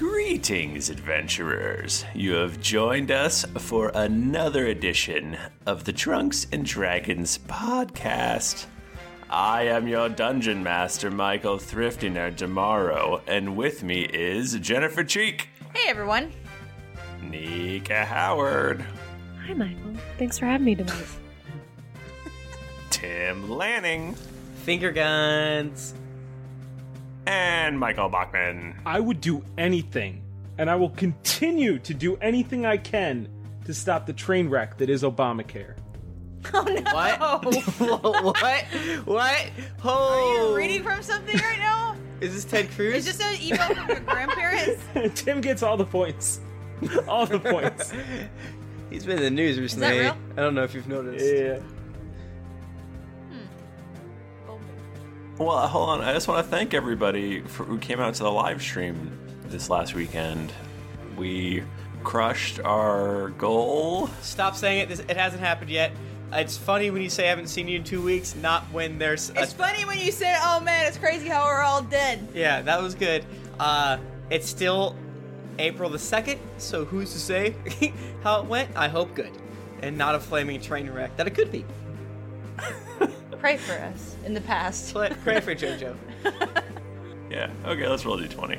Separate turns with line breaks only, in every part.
Greetings, adventurers. You have joined us for another edition of the Trunks and Dragons podcast. I am your dungeon master, Michael Thriftyner Demaro, and with me is Jennifer Cheek,
Hey everyone.
Nika Howard,
Hi, Michael. Thanks for having me tonight.
Tim Lanning,
Finger guns.
and Michael Bachman.
I would do anything, and I will continue to do anything I can to stop the train wreck that is Obamacare.
Oh,
What? what? What?
Are
Oh.
you reading from something right now?
Is this Ted
Is
Cruz?
this an email from your grandparents?
Tim gets all the points. All the points.
He's been in the news recently.
that real?
I don't know if you've noticed.
Yeah.
Well, hold on. I just want to thank everybody for, who came out to the live stream this last weekend. We crushed our goal.
Stop saying it. This, it hasn't happened yet. It's funny when you say I haven't seen you in two weeks, not when there's. A,
It's funny when you said, "Oh man, it's crazy how we're all dead."
yeah, that was good. Uh, it's still April the 2nd, so who's to say how it went? I hope good. And not a flaming train wreck that it could be.
Pray for us in the past.
Pray, pray for JoJo.
Yeah. Okay, let's roll a d20.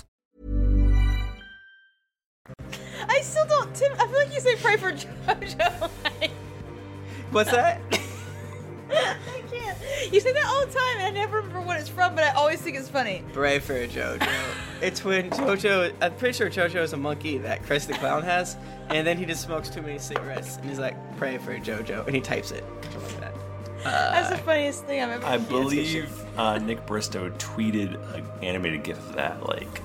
I still don't. Tim, I feel like you say pray for JoJo. Like,
What's that?
I can't. You say that all the time, and I never remember what it's from, but I always think it's funny.
Pray for JoJo. it's when JoJo. I'm pretty sure JoJo is a monkey that Chris the Clown has, and then he just smokes too many cigarettes, and he's like, "Pray for JoJo," and he types it. Something like that.
That's
Uh,
the funniest thing I've ever.
I believe uh, Nick Bristow tweeted an animated gif of that like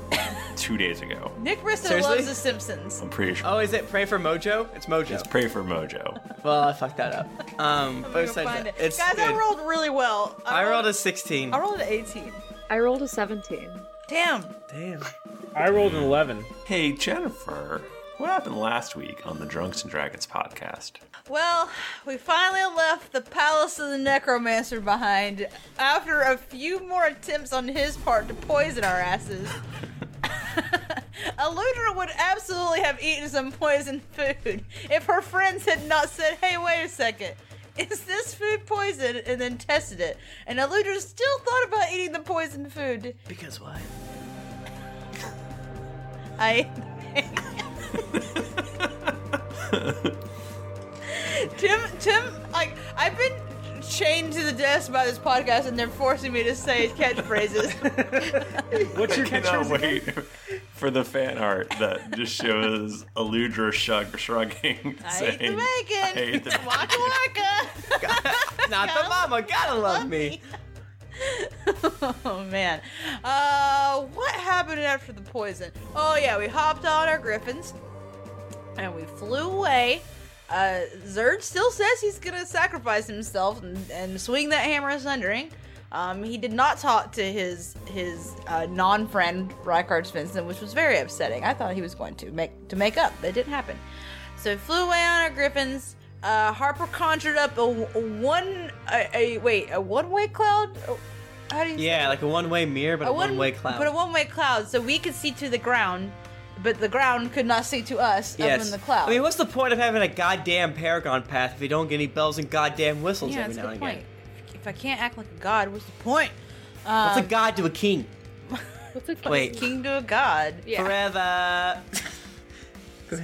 two days ago.
Nick Bristow
Seriously?
loves The Simpsons.
I'm pretty sure.
Oh, is it pray for Mojo? It's Mojo.
It's Pray for Mojo.
well, I fucked that up. Um, but
We're gonna
besides
find
that,
it.
it's
Guys, I
good.
rolled really well.
I rolled a 16.
I rolled an 18.
I rolled a 17.
Damn.
Damn.
I rolled an 11.
Hey, Jennifer, what happened last week on the Drunks and Dragons podcast?
Well, we finally left the Palace of the Necromancer behind after a few more attempts on his part to poison our asses. Eludra would absolutely have eaten some poisoned food if her friends had not said, hey, wait a second, is this food poison? And then tested it. And Eludra still thought about eating the poisoned food.
Because why?
I. Tim, Tim, like I've been chained to the desk by this podcast, and they're forcing me to say catchphrases.
What's your
Cannot
catchphrase? again?
wait for the fan art that just shows Eludra shrug- shrugging.
I
saying,
ate the
I ate
bacon.
the
Waka waka.
Not the mama. Gotta love me.
oh man. Uh, what happened after the poison? Oh yeah, we hopped on our griffins and we flew away. Uh, Zerd still says he's gonna sacrifice himself and, and swing that hammer of sundering. Um, he did not talk to his his uh, non-friend Rykard Svensson, which was very upsetting. I thought he was going to make to make up, but it didn't happen. So we flew away on our griffins. Uh, Harper conjured up a, w- a one a, a wait a one-way cloud. Oh, How do you
Yeah, like a one-way mirror, but a,
one-
one-way cloud.
But a one-way cloud, so we could see to the ground, but the ground could not see to us up in the cloud.
I mean, what's the point of having a goddamn paragon path if you don't get any bells and goddamn whistles
yeah,
every
that's
now
a
and
good point.
again?
If I can't act like a god, what's the point?
What's a
Um,
god to a king?
what's a
Wait.
king to a god?
Forever.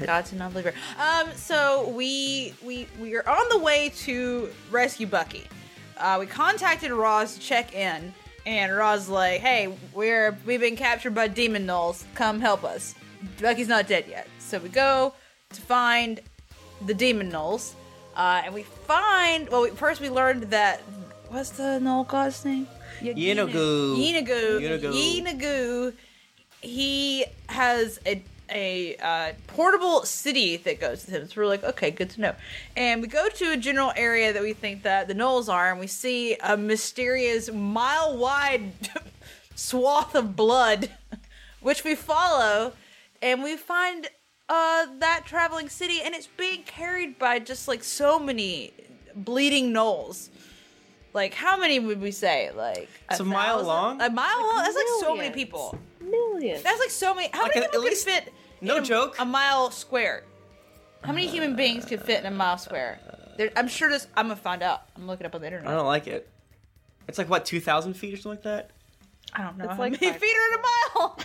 God to non-believer. Um, so we we we are on the way to rescue Bucky. Uh, we contacted Roz to check in, and Roz's like, "Hey, we're we've been captured by demon gnolls. Come help us. Bucky's not dead yet." So we go to find the demon gnolls, uh, and we find. Well, we, first we learned that what's the gnoll god's name? Y-
Yinagoo.
Yinagu.
Yinagoo.
Yinagu. He has a a uh, portable city that goes with him. So we're like, okay, good to know. And we go to a general area that we think that the Knolls are, and we see a mysterious mile wide swath of blood, which we follow, and we find uh, that traveling city, and it's being carried by just like so many bleeding Knolls. Like how many would we say? Like
It's a mile
thousand?
long?
A mile long? That's like so many
millions.
people.
Millions.
That's like so many. How
Like,
many
at-
people
at
could
least-
fit?
no
in a, joke. A mile square. How many human beings could fit in a mile square? There, I'm sure this. I'm gonna find out. I'm looking up on the internet.
I don't like it. It's like what, two thousand feet or something like that?
I don't know.
It's
how
like
many
five-
feet are in a mile.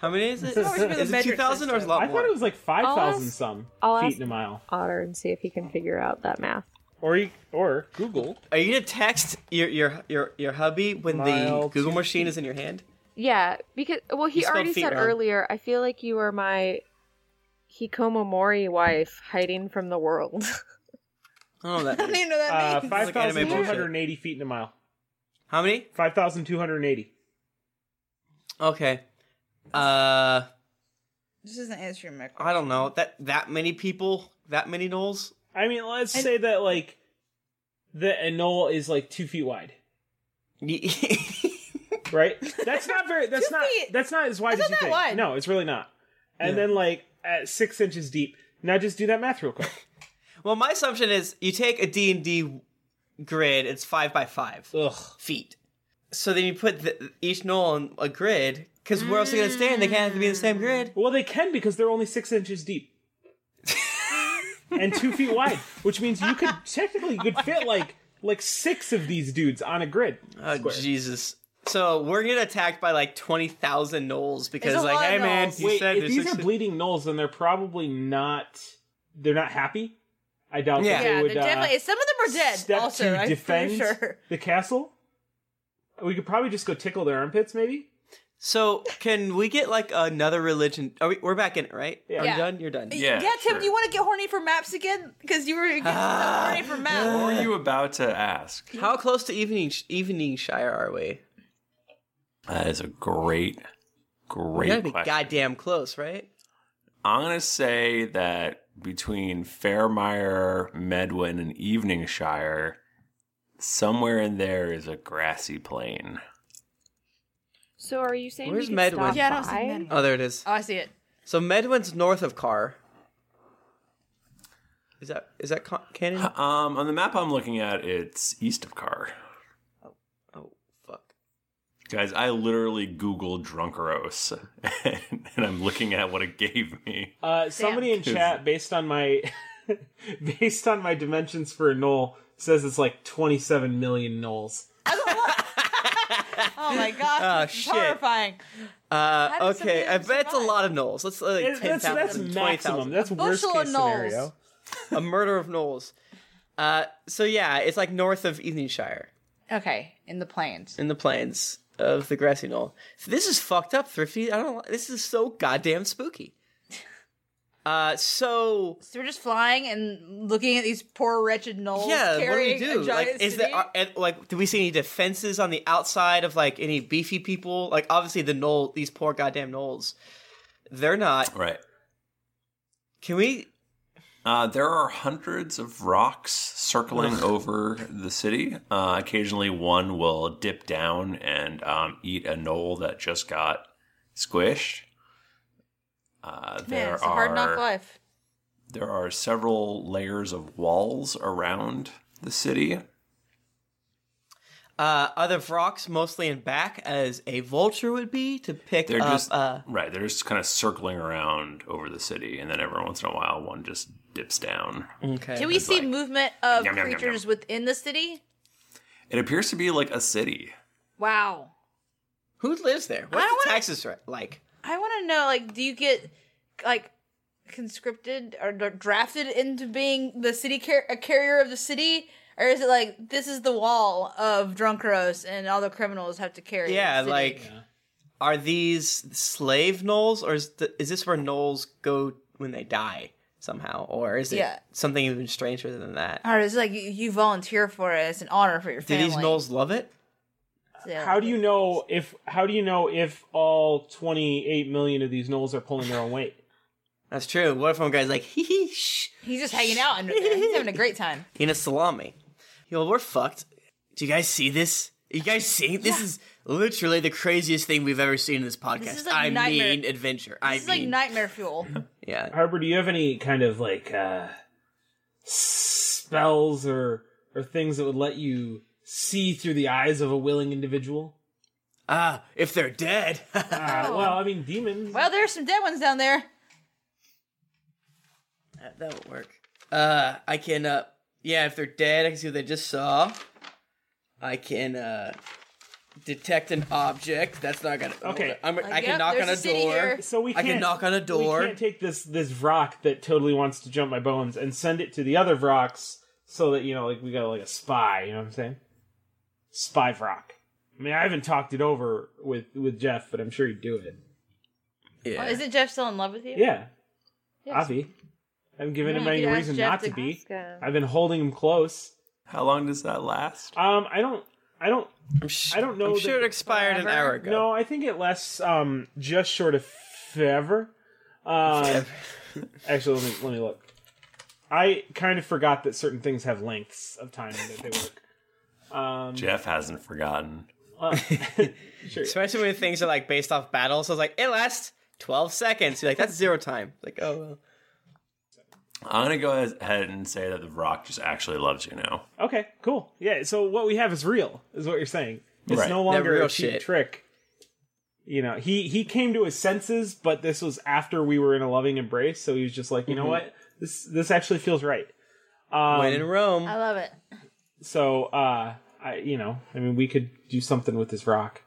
How many is it?
It's always been the
Is it
metric
two thousand or is it a
I
lot more?
thought it was like five thousand
ask-
some
I'll
feet
ask-
in a mile.
Otter and see if he can figure out that math.
Or you, or Google.
Are you gonna text your your your, your hubby when the
Mile
Google
two
machine is in your hand?
Yeah, because well,
You
he
spelled
already
feet
said
wrong.
earlier. I feel like you are my Hikomo Mori wife hiding from the world.
Oh, that.
I don't even know what that
Uh,
means.
five
anime
thousand two
bullshit.
hundred and eighty feet in a mile.
How many?
Five thousand two hundred and eighty.
Okay. Uh,
This isn't answering my question.
I don't know that that many people, that many gnolls.
I mean, let's say that like the a knoll is like two feet wide,
Y-
right? That's not very. That's not.
feet?
That's not as wide as
That's
you
not that
think.
wide.
No, it's really not. And
Yeah.
then like at six inches deep. Now just do that math real quick.
well, my assumption is you take a D and D grid. It's five by five
Ugh.
feet. So then you put the, each knoll on a grid because where else are they gonna stand? They can't have to be in the same grid.
Well, they can because they're only six inches deep and two feet wide, which means you could technically you could fit like like six of these dudes on a grid.
Oh Jesus. So we're gonna attacked by like twenty thousand gnolls because
There's a
like,
lot of
hey man,
gnolls.
you
Wait,
said
if
there's
these are
six-
bleeding gnolls, then they're probably not. They're not happy. I doubt
Yeah.
that they
Yeah,
would.
they're definitely.
uh,
Some of them are dead.
step
Also,
to
I'm
defend
pretty sure.
the castle. We could probably just go tickle their armpits, maybe.
So can we get like another religion? Are we, we're back in it, right?
Yeah.
Are you
Yeah.
done? You're done.
Yeah, Tim, do you want to get horny for maps again? Because you were getting so
Ah,
horny for
What
maps.
were you about to ask?
How close to evening evening Shire are we?
That is a great,
we gotta
great
be
question.
goddamn close, right?
I'm gonna say that between Fairmire, Medwin, and Eveningshire, somewhere in there is a grassy plain.
So are you saying
Where's
we could
Medwin?
stop
Yeah, I don't see
by?
Medwin.
Oh, there it is.
Oh, I see it.
So Medwin's north of Carr. Is that is that con- canon?
Um, on the map I'm looking at, it's east of Carr.
Oh fuck.
Guys, I literally Googled Drunkeros, and, and I'm looking at what it gave me.
Uh, somebody in chat, based on my based on my dimensions for a knoll, says it's like twenty-seven million knolls.
Oh my gosh,
Oh,
this is
shit.
horrifying. How
Uh,
does somebody
okay, I
even
bet it's a
survive?
lot of gnolls. Let's uh, like
It-
ten
that's that's
thousand, twenty
maximum.
thousand.
That's worst
bushel of
case
gnolls.
scenario.
a murder of gnolls. Uh, so yeah, it's like north of Eveningshire
Okay, in the plains.
in the plains of the grassy knoll. So this is fucked up, Thrifty. I don't. li- This is so goddamn spooky. Uh, so
So we're just flying and looking at these poor wretched gnolls
yeah, what do we
carrying
do?
a
Like,
giant
is there are, and, like, do we see any defenses on the outside of like any beefy people? Like, obviously the knoll, these poor goddamn knolls, they're not
right.
Can we?
Uh, there are hundreds of rocks circling over the city. Uh, occasionally, one will dip down and um, eat a knoll that just got squished. Uh, there
Man, it's a
are
hard knock life.
there are several layers of walls around the city.
Uh, are the rocks mostly in back as a vulture would be to pick
They're
up?
just
uh,
right. They're just kind of circling around over the city, and then every once in a while, one just dips down.
Okay.
Do we see movement of
Yum, yum, yum, yum.
creatures within the city?
It appears to be like a city.
Wow.
Who lives there? What's the taxes ri- like?
I want to know, like, do you get like conscripted or d- drafted into being the city car- a carrier of the city, or is it like this is the wall of Drunkaros and all the criminals have to carry?
Yeah,
the city?
like, are these slave gnolls, or is, th- is this where gnolls go when they die somehow, or is it
Yeah.
something even stranger than that?
or is it like you, you volunteer for it? It's an honor for your
Do
family.
these gnolls love it?
How do you know if how do you know if all 28 million of these gnolls are pulling their own weight?
That's true. What if one guy's like, hee hee, shh,
He's just hanging out and he's having a great time.
in a salami? Yo, we're fucked. Do you guys see this? You guys see? This is literally the craziest thing we've ever seen in this podcast.
is like
I
nightmare-
mean, adventure. I
This is like
mean,
nightmare fuel.
Yeah.
Harbor, do you have any kind of like uh spells or or things that would let you see through the eyes of a willing individual? Ah,
Ah, if they're dead.
well, I mean demons.
well, there's some dead ones down there.
That, that won't work. Uh, I can, uh, yeah, if they're dead, I can see what they just saw. I can, uh, detect an object. That's not gonna.
Okay.
I'm, I can knock on a door.
So we
I
can't-
can knock on a
We
door.
can't take this this rock that totally wants to jump my bones and send it to the other rocks so that you know, like we got like a spy. You know what I'm saying? Spy rock. I mean, I haven't talked it over with with Jeff, but I'm sure he'd do it.
Yeah.
Well, isn't Jeff still in love with you?
Yeah,
Yes.
Avi. I haven't given
Yeah,
him
you
any
could ask
reason
Jeff
not
to
to be.
ask him.
I've been holding him close.
How long does that last?
Um, I don't. I don't.
I'm
I don't know.
I'm
that-
sure it expired an hour ago.
No, I think it lasts um just short of forever. Um, actually, let me let me look. I kind of forgot that certain things have lengths of time that they work. Um,
Jeff hasn't forgotten.
Especially when things are like based off battles. So it's like, it lasts 12 seconds. You're like, that's zero time. Like, oh, well.
I'm gonna go ahead and say that the rock just actually loves you now.
Okay, cool. Yeah, so what we have is real, is what you're saying. It's
Right.
no
That
longer
real
a cheap
shit.
trick. You know, he he came to his senses, but this was after we were in a loving embrace, so he was just like, you know
Mhm.
what, this this actually feels right. Um,
When in Rome.
I love it.
So, uh, I you know, I mean, we could do something with this rock.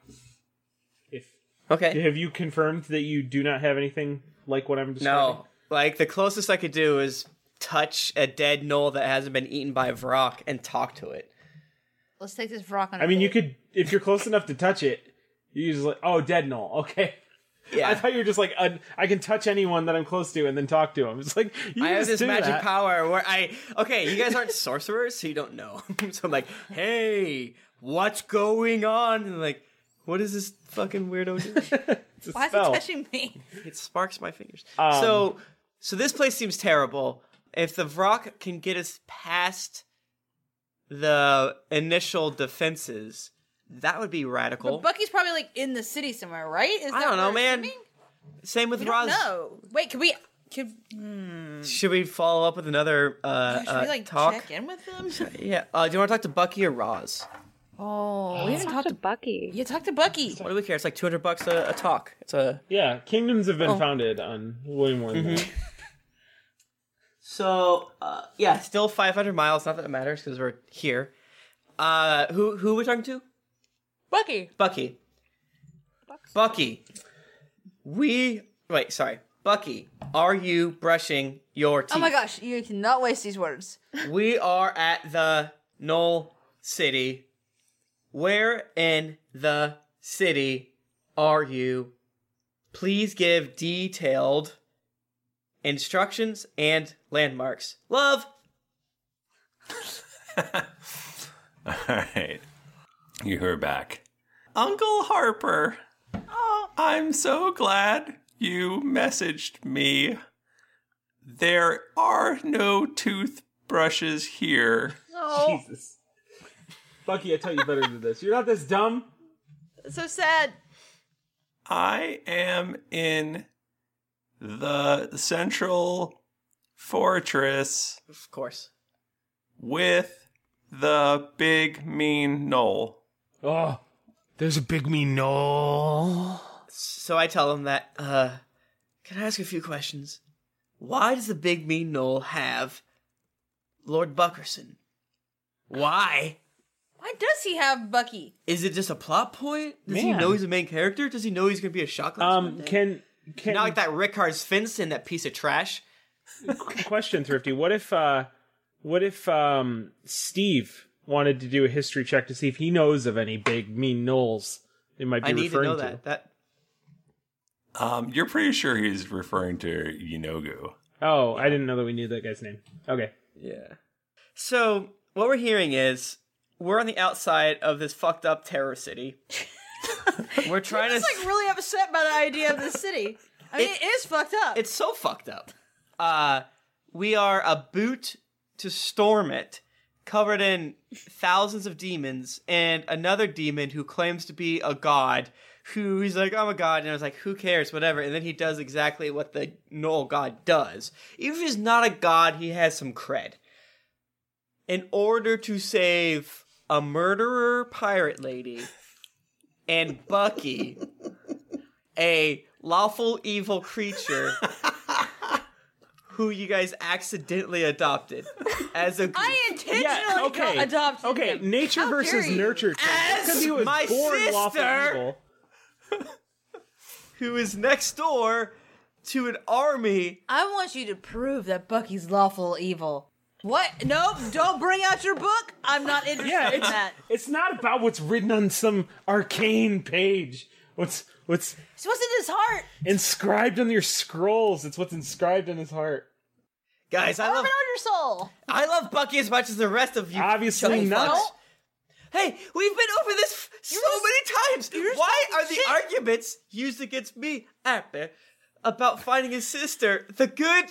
If
okay,
have you confirmed that you do not have anything like what I'm describing?
No. Like, the closest I could do is touch a dead knoll that hasn't been eaten by Vrock and talk to it.
Let's take this rock on. a
I mean,
date.
you could if you're close enough to touch it. You just like, oh, dead null. Okay.
Yeah.
I thought you were just like, uh, I can touch anyone that I'm close to and then talk to him. It's like you can
I have
just
this
do
magic
that.
power where I okay, you guys aren't sorcerers, so you don't know. so I'm like, hey, what's going on? And like, what is this fucking weirdo doing?
Why is it touching me?
it sparks my fingers.
Um,
so so this place seems terrible. If the Vrock can get us past the initial defenses, that would be radical.
But Bucky's probably like in the city somewhere, right? Is
I
that
don't know,
where-
man. Same with
We
Roz.
don't know. Wait, can we? Can, hmm.
Should we follow up with another uh,
should
uh,
we like
talk?
check in with them?
Yeah. Uh, do you want to talk to Bucky or Roz?
Oh, we haven't
Talk
talked
to Bucky.
You talked to Bucky.
What do we care? It's like two hundred bucks a, a talk. It's a
Yeah, kingdoms have been
Oh.
founded on way more than that.
so uh, yeah, still five hundred miles. Not that it matters because we're here. Uh, who who are we talking to?
Bucky.
Bucky. Bucky. We wait. Sorry, Bucky. Are you brushing your teeth?
Oh my gosh, you cannot waste these words.
We are at the Knoll City. Where in the city are you? Please give detailed instructions and landmarks. Love.
All right. You hear back. Uncle Harper. Oh, I'm so glad you messaged me. There are no toothbrushes here.
Oh,
Jesus. Bucky, I tell you better than this. You're not this dumb.
so sad.
I am in the central fortress.
Of course.
With the big mean knoll.
Oh,
there's a big mean no.
So I tell him that, uh, can I ask a few questions? Why does the big mean knoll have Lord Buckerson? Why?
Why does he have Bucky?
Is it just a plot point? Does he
Man.
know he's a main character? Does he know he's gonna be a shotgun?
Um, can can
not like that Rickard Svensson, that piece of trash.
question thrifty what if uh what if um steve wanted to do a history check to see if he knows of any big mean knolls they might be
I need to
referring
know that. That
Um, you're pretty sure he's referring to Yunogu.
oh i didn't know that we knew that guy's name okay
yeah So what we're hearing is we're on the outside of this fucked up terror city. we're trying to
It's like really upset by the idea of the city. I mean, it is fucked up.
It's so fucked up. Uh, we are a boot to storm it, covered in thousands of demons, and another demon who claims to be a god. Who he's like, I'm a god, and I was like, who cares, whatever. And then he does exactly what the Knoll god does. Even if he's not a god, he has some cred. In order to save a murderer pirate lady and Bucky, a lawful evil creature who you guys accidentally adopted as a
I intentionally
okay.
got adopted.
okay
him.
nature
How
versus
dare you.
nurture check.
As
Because he was
my
born lawful
sister-
evil.
who is next door to an army.
I want you to prove that Bucky's lawful evil. What? Nope. Don't bring out your book. I'm not interested
yeah
in that.
it's, it's not about what's written on some arcane page what's what's
It's what's in his heart.
inscribed on your scrolls it's what's inscribed in his heart
guys i
Carve it on your soul.
I love Bucky as much as the rest of you.
Obviously
chucky
not.
fucks. Hey, we've been over this f- so many times. Why are the arguments used against me out there about finding his sister, the good,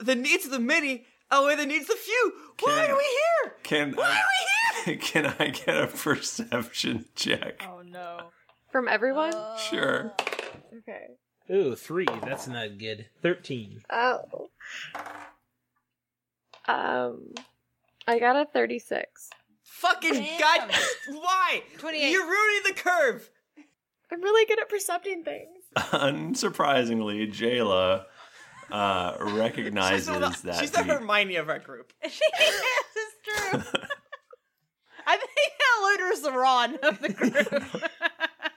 the needs of the many, outweigh the needs of the few? Why
Can-
are we here?
Can
Why
I,
are we here?
can I get a perception check?
Oh no.
From everyone?
Sure.
okay.
Ooh, three. That's not good. Thirteen.
Oh. Um I got a 36.
Fucking god, why?
28.
You're ruining the curve.
I'm really good at percepting things.
Unsurprisingly, Jayla uh, recognizes
She's the, one-
that.
she's the
the-
Hermione of our group.
She is. It's true. I think Eluder's the Ron of the group.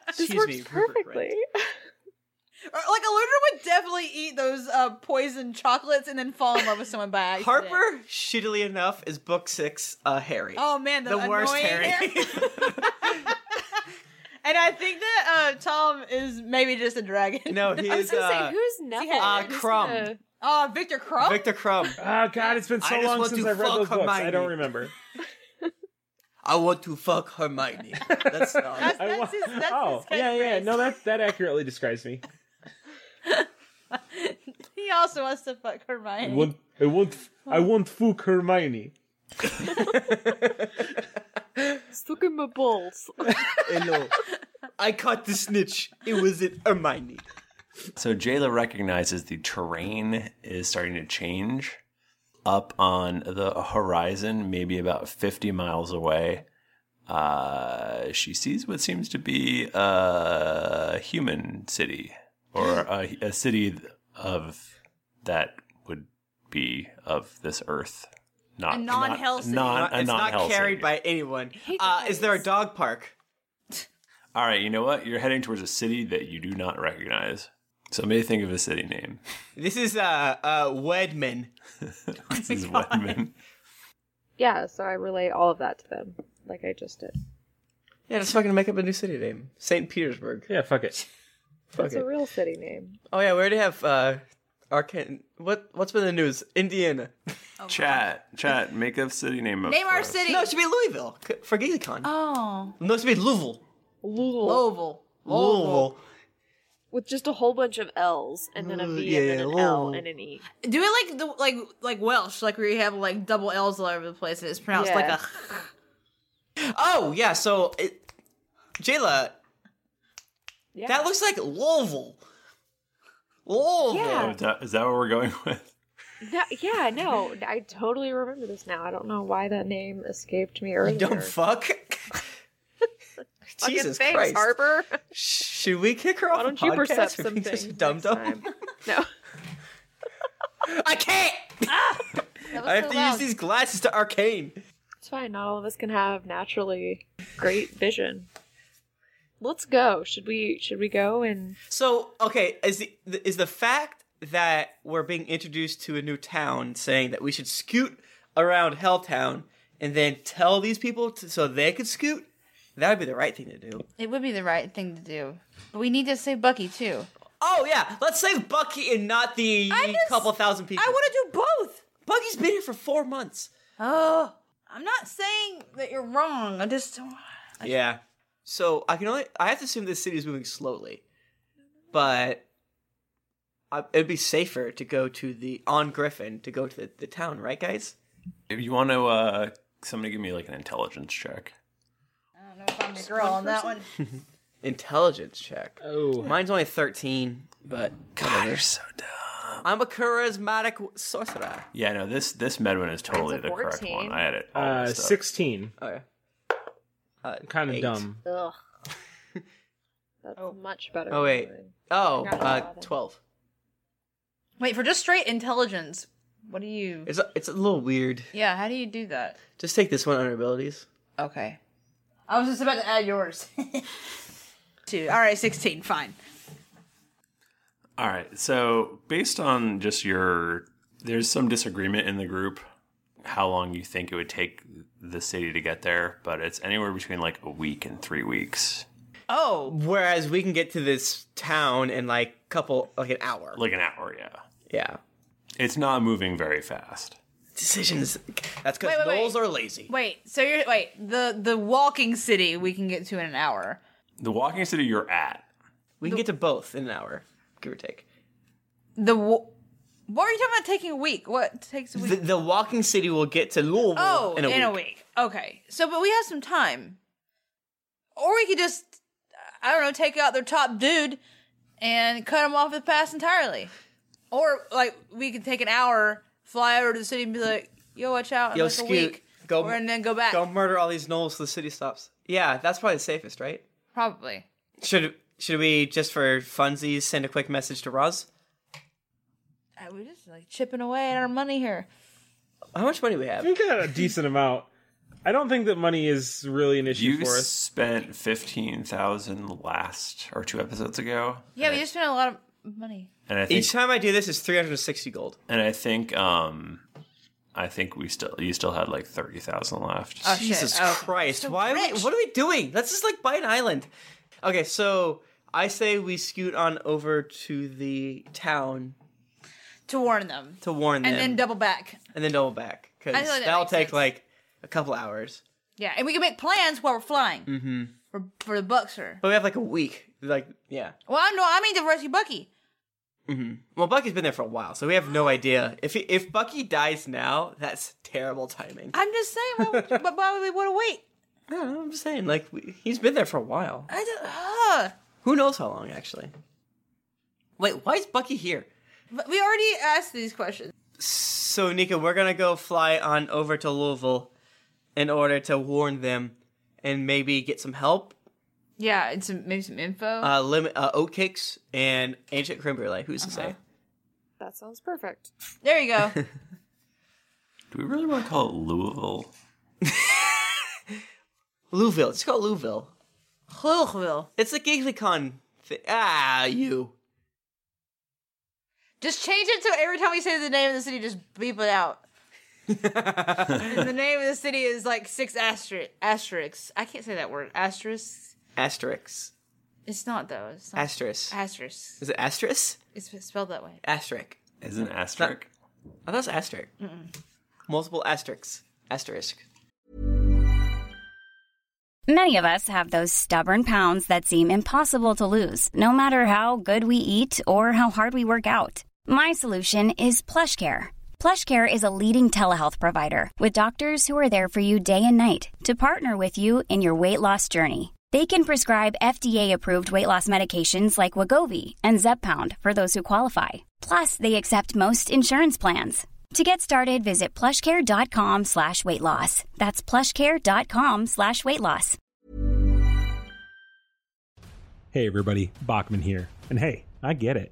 This
Excuse
works
me, Rupert Grint.
perfectly.
Or, like Eluder would definitely eat those uh, poison chocolates and then fall in love with someone by accident.
Harper, shittily enough, is book six. Uh, Harry.
Oh man, the,
the worst
annoying
Harry.
and I think that uh, Tom is maybe just a dragon.
No, he I was is, gonna say, uh,
who's
Neville?
Uh, Crumb.
Oh, Victor Crumb.
Victor Crumb.
Oh God, it's been so
I just
long
want
since
to
I've read
fuck
those books. I
Hermione.
don't remember.
I want to fuck Hermione. That's not.
I wa-
his- that's
oh
his
yeah, yeah. No, that that accurately describes me.
He also wants to fuck Hermione.
I won't. I won't fook Hermione.
Stuck in my balls.
Hello. I caught the snitch. It was it Hermione.
So Jayla recognizes the terrain is starting to change up on the horizon, maybe about 50 miles away. Uh, she sees what seems to be a human city or a, a city of that would be of this earth. Not
A non-hell
not-
city.
non- a
it's
non-hell
not carried
city.
by anyone. Uh, is there a dog park?
All right, you know what? You're heading towards a city that you do not recognize. Somebody think of a city name.
This is uh, uh Wedman. Oh
This is Wedman.
Yeah, so I relay all of that to them like I just did.
Yeah, just fucking make up a new city name. St. Petersburg.
Yeah, fuck it.
Fuck
It's
it.
a real city name.
Oh yeah, we already have uh Arcan. What what's been in the news? Indiana.
Chat, chat, make a city name. Up
Oh, Name
for
our
us.
city.
No, it should be Louisville c- for GeeklyCon.
Oh.
No, it should be Louisville.
Louisville.
Louisville.
Louisville.
With just a whole bunch of L's and then a V
Yeah,
and then an
yeah,
L
Louisville.
and an E.
Do it like the like like Welsh, like where you have like double L's all over the place and it's pronounced like
Yeah.
a
Oh yeah. So, it, Jayla,
Yeah.
that looks like Louisville. Louisville.
Oh, is that- is that what we're going with?
No, yeah, no, I totally remember this now. I don't know why that name escaped me earlier.
You dumb fuck.
Fucking
Jesus
thanks,
Christ.
Harper.
Should we kick her off?
Why don't
the
you
podcast
percept
for being such a
something
Dum dum. No. I can't.
Ah,
I have to use these glasses to arcane.
It's fine. Not all of us can have naturally great vision. Let's go. Should we? Should we go and?
So okay, is the is the fact that we're being introduced to a new town saying that we should scoot around Helltown and then tell these people to, so they could scoot? That would be the right thing to do.
It would be the right thing to do. But we need to save Bucky too.
Oh yeah, let's save Bucky and not the couple thousand people.
I want to do both.
Bucky's been here for four months.
Oh, I'm not saying that you're wrong. I just
Yeah. So I can only I have to assume this city is moving slowly, but I, it'd be safer to go to the on Griffin to go to the, the town, right, guys?
If you want to, uh, somebody give me like an intelligence check.
I'm the girl on that one.
Uh,
Intelligence check. Oh, mine's only thirteen, but God,
you're so
dumb. I'm a charismatic w- sorcerer.
Yeah, no, this this Medwin is totally
Mine's
the
a
correct
14.
one. I had it. all
Uh,
messed up.
sixteen.
Oh yeah. Uh,
kind of
eight.
dumb.
Ugh. That's much better.
Oh wait. Oh, uh, twelve.
Wait for just straight intelligence. What do you?
It's a, it's a little weird.
Yeah, how do you do that?
Just take this one under abilities.
Okay. I was just about to add yours. Two. All right, sixteen. Fine.
All right. So, based on just your, there's some disagreement in the group how long you think it would take the city to get there, but it's anywhere between like a week and three weeks,
Oh.
Whereas we can get to this town in like couple like an hour.
like an hour. Yeah.
Yeah.
It's not moving very fast.
Decisions. That's because
Wait, wait, wait.
gnolls are lazy.
Wait. So you're wait the the walking city we can get to in an hour.
The walking city you're at.
We can get to both in an hour, give or take.
The wa- what are you talking about? Taking a week? What takes a week?
The, the walking city will get to Louisville
oh,
in a week.
Okay. So, but we have some time, or we could just I don't know take out their top dude and cut him off at the pass entirely, or like we could take an hour, fly over to the city and be like, "Yo, watch out!" in,
Yo,
like
scoot.
Uh, a week,
Go
or, and then go back.
Go murder all these gnolls so the city stops. Yeah, that's probably the safest, right?
Probably.
Should should we just for funsies send a quick message to Roz?
Uh, We're just like chipping away at our money here.
How much money we have?
We got a decent amount. I don't think that money is really an issue
You
for us.
spent fifteen thousand last or two episodes ago,
Yeah, we just spent a lot of money.
and I think
Each time I do this is 360 gold.
and I think um, I think we still you still had like thirty thousand left.
Oh,
Jesus Christ! Why? Are we, what are we doing? Let's just like buy an island. Okay, so I say we scoot on over to the town
to warn them,
to warn them,
and then double back.
and then double back because
I feel like that
that'll
makes
take
sense.
like a couple hours.
Yeah, and we can make plans while we're flying
Mm-hmm.
for for the Buckser.
But we have like a week. Like yeah.
Well, I no, I mean to rescue Bucky.
Mm-hmm. Well, Bucky's been there for a while, so we have no idea if he, if Bucky dies now. That's terrible timing.
I'm just saying, why would, but why would we want to wait?
I don't know, I'm just saying, like we, he's been there for a while.
I don't, uh,
Who knows how long actually? Wait, why is Bucky here?
but we already asked these questions.
So, Nika, we're gonna go fly on over to Louisville in order to warn them and maybe get some help.
Yeah, and some maybe some info.
Uh, lim- uh oatcakes and ancient creme brulee. Who's to
Uh-huh.
say?
That sounds perfect.
there you go.
Do we really want to call it Louisville?
Louisville. It's called Louisville.
Louisville.
It's the GeeklyCon thing. Ah, you.
Just change it so every time we say the name of the city, just beep it out. and the name of the city is like six asterisk asterisks. I can't say that word. Asterisks.
Asterix.
It's not though. It's not.
Asterisk.
Asterisk.
Is it asterisk?
It's spelled that way.
Asterisk.
Is an asterisk?
Oh, that's asterisk. Multiple asterisks. Asterisk.
Many of us have those stubborn pounds that seem impossible to lose, no matter how good we eat or how hard we work out. My solution is PlushCare. PlushCare is a leading telehealth provider with doctors who are there for you day and night to partner with you in your weight loss journey. They can prescribe FDA-approved weight loss medications like Wagovi and Zepbound for those who qualify. Plus, they accept most insurance plans. To get started, visit plushcare.com slash weight loss. That's plushcare.com slash weight loss.
Hey, everybody, Bachman here. And hey, I get it.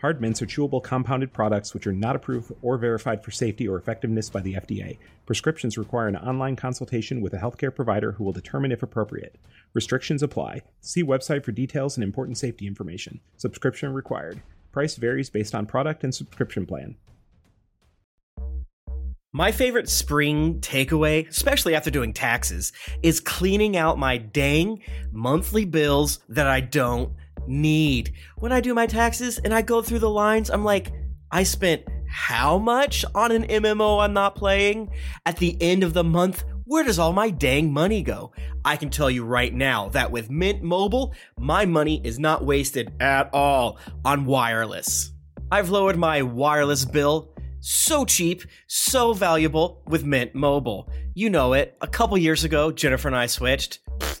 Hard mints are chewable compounded products which are not approved or verified for safety or effectiveness by the FDA. Prescriptions require an online consultation with a healthcare provider who will determine if appropriate. Restrictions apply. See website for details and important safety information. Subscription required. Price varies based on product and subscription plan.
My favorite spring takeaway, especially after doing taxes, is cleaning out my dang monthly bills that I don't need. When I do my taxes and I go through the lines, I'm like, I spent how much on an MMO I'm not playing? At the end of the month, where does all my dang money go? I can tell you right now that with Mint Mobile, my money is not wasted at all on wireless. I've lowered my wireless bill so cheap, so valuable with Mint Mobile. You know it. A couple years ago, Jennifer and I switched. Pfft,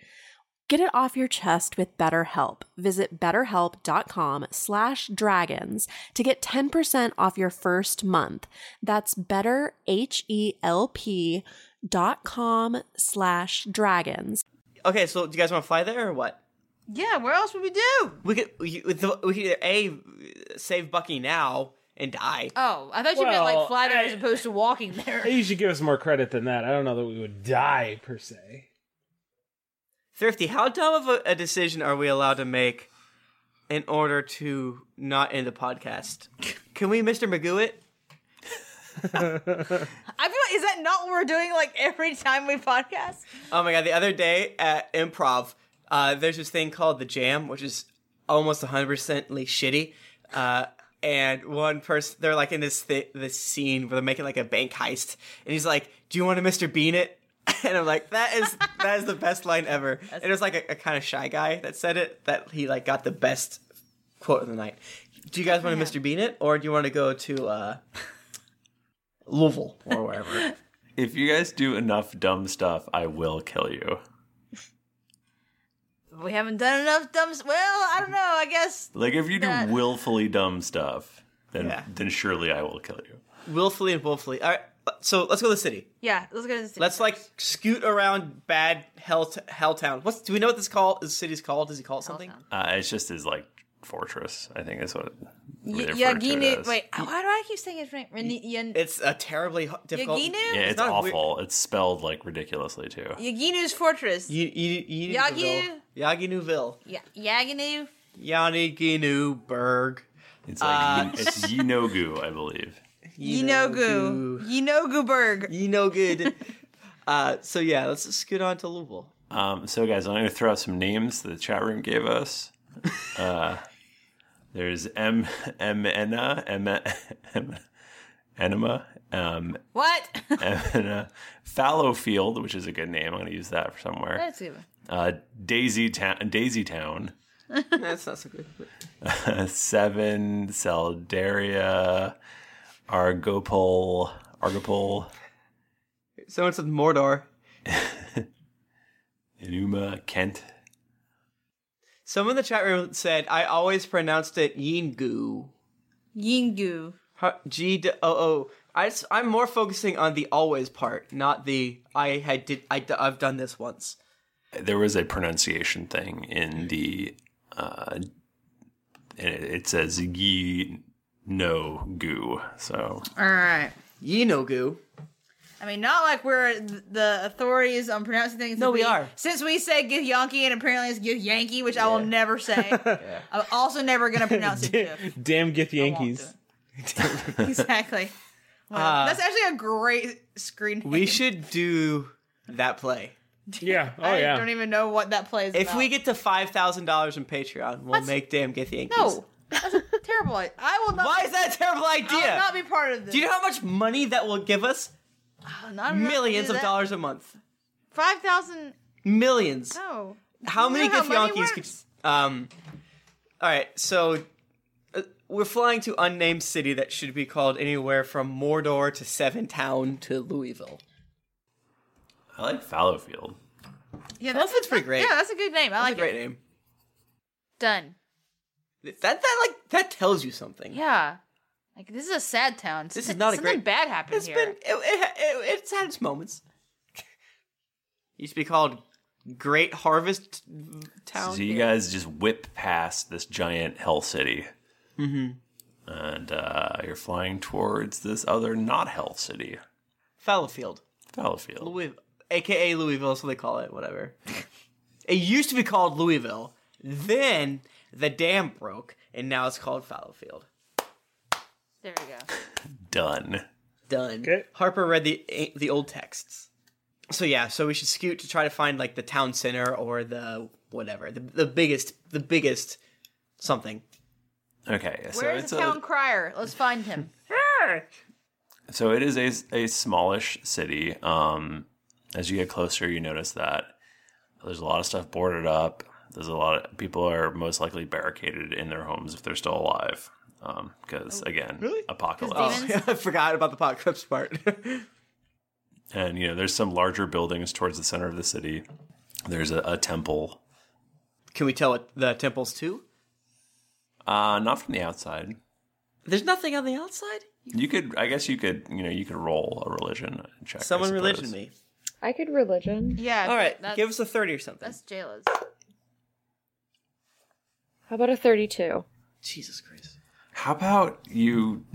Get it off your chest with BetterHelp. Visit betterhelp.com slash dragons to get 10% off your first month. That's E betterhelp.com slash dragons.
Okay, so do you guys want to fly there or what?
Yeah, where else would we do?
We could we, with the- we could either a save Bucky now and die.
Oh, I thought you meant
Well,
like fly there as opposed to walking there.
You should give us more credit than that. I don't know that we would die per se.
Thrifty, how dumb of a, a decision are we allowed to make in order to not end the podcast? Can we, Mister Magoo it?
I feel like, is that not what we're doing like every time we podcast?
Oh my god, the other day at improv, uh, there's this thing called the jam, which is almost 100% shitty. Uh, and one person, they're like in this thi- this scene where they're making like a bank heist, and he's like, "Do you want to Mr. Bean it?" And I'm like, "That is that is the best line ever." And it was like a, a kind of shy guy that said it that he like got the best quote of the night. Do you guys want to Mr. Bean it, or do you want to go to uh, Louisville or wherever?
If you guys do enough dumb stuff, I will kill you.
We haven't done enough dumb. s- Well, I don't know. I guess
Like if you do
that-
willfully dumb stuff, then
Yeah.
then surely I will kill you.
Willfully and woefully. All right, so let's go to the city.
Yeah, let's go to the city.
Let's like scoot around bad hell t- Helltown. What's do we know what this call this city's called? Does he call it something?
Uh, it's just his like fortress. I think is what.
Y-
we refer to it
Yaginu.
as.
Wait, why do I keep saying his name? Ren- Yen-
It's a terribly h- difficult.
Yaginu?
Yeah, it's,
not a weird-
awful. It's spelled like ridiculously too.
Yaginu's fortress.
You, you, you
Yaginu.
Yaginuville.
Yeah, Yaginu.
Yaniginuberg.
It's
Uh,
like it's Yinogu, I believe.
Yinogu. Yinogu Berg.
Yinogud. uh, so yeah, let's just scoot on to Louisville.
Um, so, guys, I'm going to throw out some names the chat room gave us. Uh, there's M M Enna M E, M Enema um,
What?
Emma Fallowfield, which is a good name. I'm going to use that for somewhere.
That's a good one.
Uh, Daisy Town Daisy Town
That's not so good.
Seven Celdaria Argopol Argopol
Someone said Mordor.
Enuma Kent.
Someone in the chat room said I always pronounced it Yingu.
Yingu.
Ha- G D O O. I s- I'm more focusing on the always part, not the I had did I d- I've done this once.
there was a pronunciation thing in the uh and it, it says ye no goo so
All right.
Ye no goo
I mean, not like we're th- the authorities on pronouncing things.
No, we are.
Since we say Githyanki and apparently it's Githyanki, which I will never say. I'm also never going to pronounce it. Gith.
Damn, get the Yankees.
Exactly. Wow.
Uh,
That's actually a great screen.
We should do that play.
Yeah.
I don't even know what that play is
oh, If
about.
we get to five thousand dollars in Patreon, we'll make damn get the Yankees.
No. That's a terrible idea. I will not.
Why is that a terrible idea?
I will not be part of this.
Do you know how much money that will give us?
I'm not enough to
Millions
do
of
that.
dollars a month.
5,000.
Millions.
No.
How
Uh, You
many
know how
Gith
Oh. money
Yankees could? Um. All right, so uh, we're flying to unnamed city that should be called anywhere from Mordor to Seven Town to Louisville.
i like fallowfield
Yeah, that's,
that's pretty great.
Yeah, that's a good name. I
That's
like
a great
it.
name.
Done.
That that like that tells you something.
Yeah. Like, this is a sad town.
This is
Something-
not a
something
great-
bad happened here.
It, it, it, it's had its moments. It used to be called Great Harvest Town.
so you guys just whip past this giant hell city
Mm-hmm.
and uh you're flying towards this other not hell city
Fallowfield.
Fallowfield.
Louis, AKA Louisville, so they call it, whatever. it used to be called Louisville. Then the dam broke, and now it's called Fallowfield.
There we go.
done
Done. Harper read the eh, the old texts. So yeah, so we should scoot to try to find like the town center or the whatever, the, the biggest the biggest something.
okay so
Where's
it's
the
a-
town crier? Let's find him.
So it is a, a smallish city. Um, as you get closer, you notice that there's a lot of stuff boarded up. There's a lot of people are most likely barricaded in their homes if they're still alive. Because again, apocalypse.
Oh, I forgot about the apocalypse part.
And you know, there's some larger buildings towards the center of the city. There's a, a temple.
Can we tell what the temple's to?
Uh, not from the outside.
There's nothing on the outside.
You could, I guess, you could, you know, you could roll a religion check. I
Someone
suppose.
religion me.
I could religion.
Yeah.
All right, give us a thirty or something.
That's Jayla's.
How about a 32?
Jesus Christ.
How about you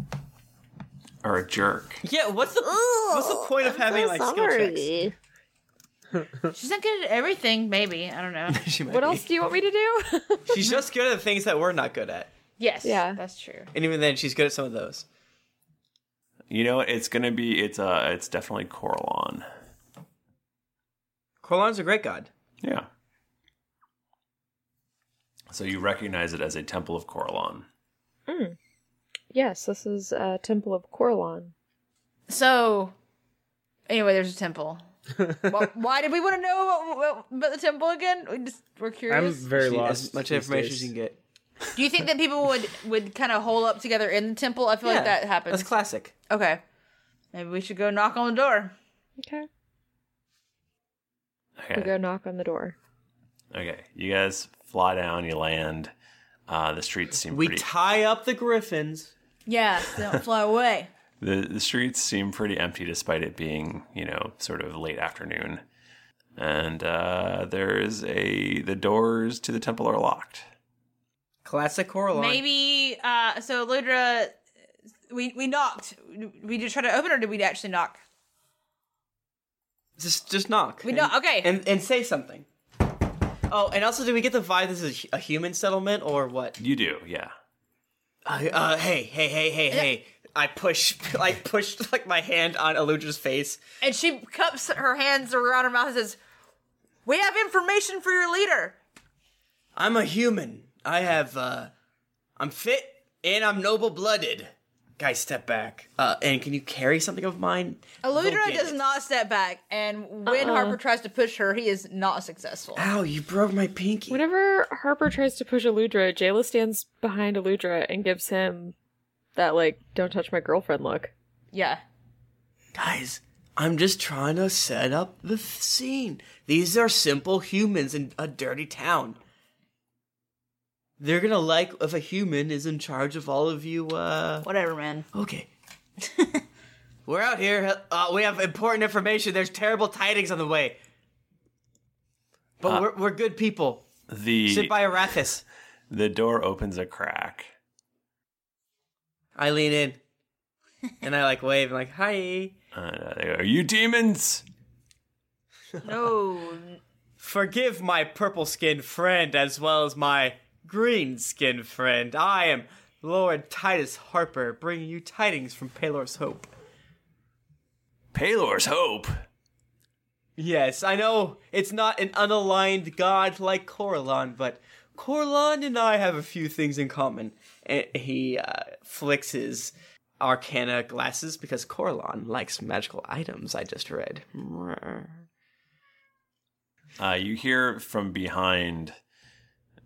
are a jerk?
Yeah, what's the what's the point of having like skill checks?
She's not good at everything. Maybe I don't know.
She might
What
be.
else do you want me to do?
She's just good at the things that we're not good at,
Yes.
Yeah.
That's true.
and even then, she's good at some of those.
You know, it's gonna be it's uh it's definitely Corlon.
Corlon's a great god.
Yeah. So you recognize it as a temple of Corlon.
Hmm.
Mm. Yes, this is uh, Temple of Corlon.
So, anyway, there's a temple. Why- Why did we want to know about- about the temple again? We just, we're curious.
very
She-
lost
As much
these
information
days.
as you can get.
Do you think that people would would kind of hole up together in the temple? I feel like that happens.
That's classic.
Okay, maybe we should go knock on the door.
Okay.
Okay.
We go knock on the door.
Okay, you guys fly down, you land. Uh, the streets seem
We
pretty.
tie up the griffins.
Yeah, so they don't fly away.
the the streets seem pretty empty, despite it being you know sort of late afternoon. And uh, there is a the doors to the temple are locked.
Classic Corlon.
Maybe. Uh, so Ludra, we we knocked. We just try to open, or did we actually knock?
Just just knock.
We knock,
and-
okay.
And and say something. Oh, and also, did we get the vibe this is a human settlement or what?
You do, yeah.
Uh, uh, hey, hey, hey, hey, hey! I push, I pushed like my hand on Eludra's face.
And she cups her hands around her mouth and says, "We have information for your leader."
I'm a human. I have, uh, I'm fit and I'm noble blooded. Guys, step back. Uh, and can you carry something of mine?
Eludra
get
does not step back, and when
Uh-uh.
Harper tries to push her, he is not successful.
Ow, you broke my pinky.
Whenever Harper tries to push Eludra, Jayla stands behind Eludra and gives him that, like, don't touch my girlfriend look.
Yeah.
Guys, I'm just trying to set up the th- scene. These are simple humans in a dirty town. They're gonna like if a human is in charge of all of you, uh.
Whatever, man.
Okay. We're out here. Uh, we have important information. There's terrible tidings on the way. But
Uh,
we're, we're good people.
The
Sit by Arathis.
the door opens a crack.
I lean in. and I like wave and like, hi.
Uh, they go, are you demons?
No.
Forgive my purple skinned friend as well as my green skinned friend. I am Lord Titus Harper, bringing you tidings from Palor's Hope.
Palor's Hope?
Yes, I know it's not an unaligned god like Coralon, but Coralon and I have a few things in common. And he uh, flicks his arcana glasses because Coralon likes magical items, I just read.
Uh, you hear from behind,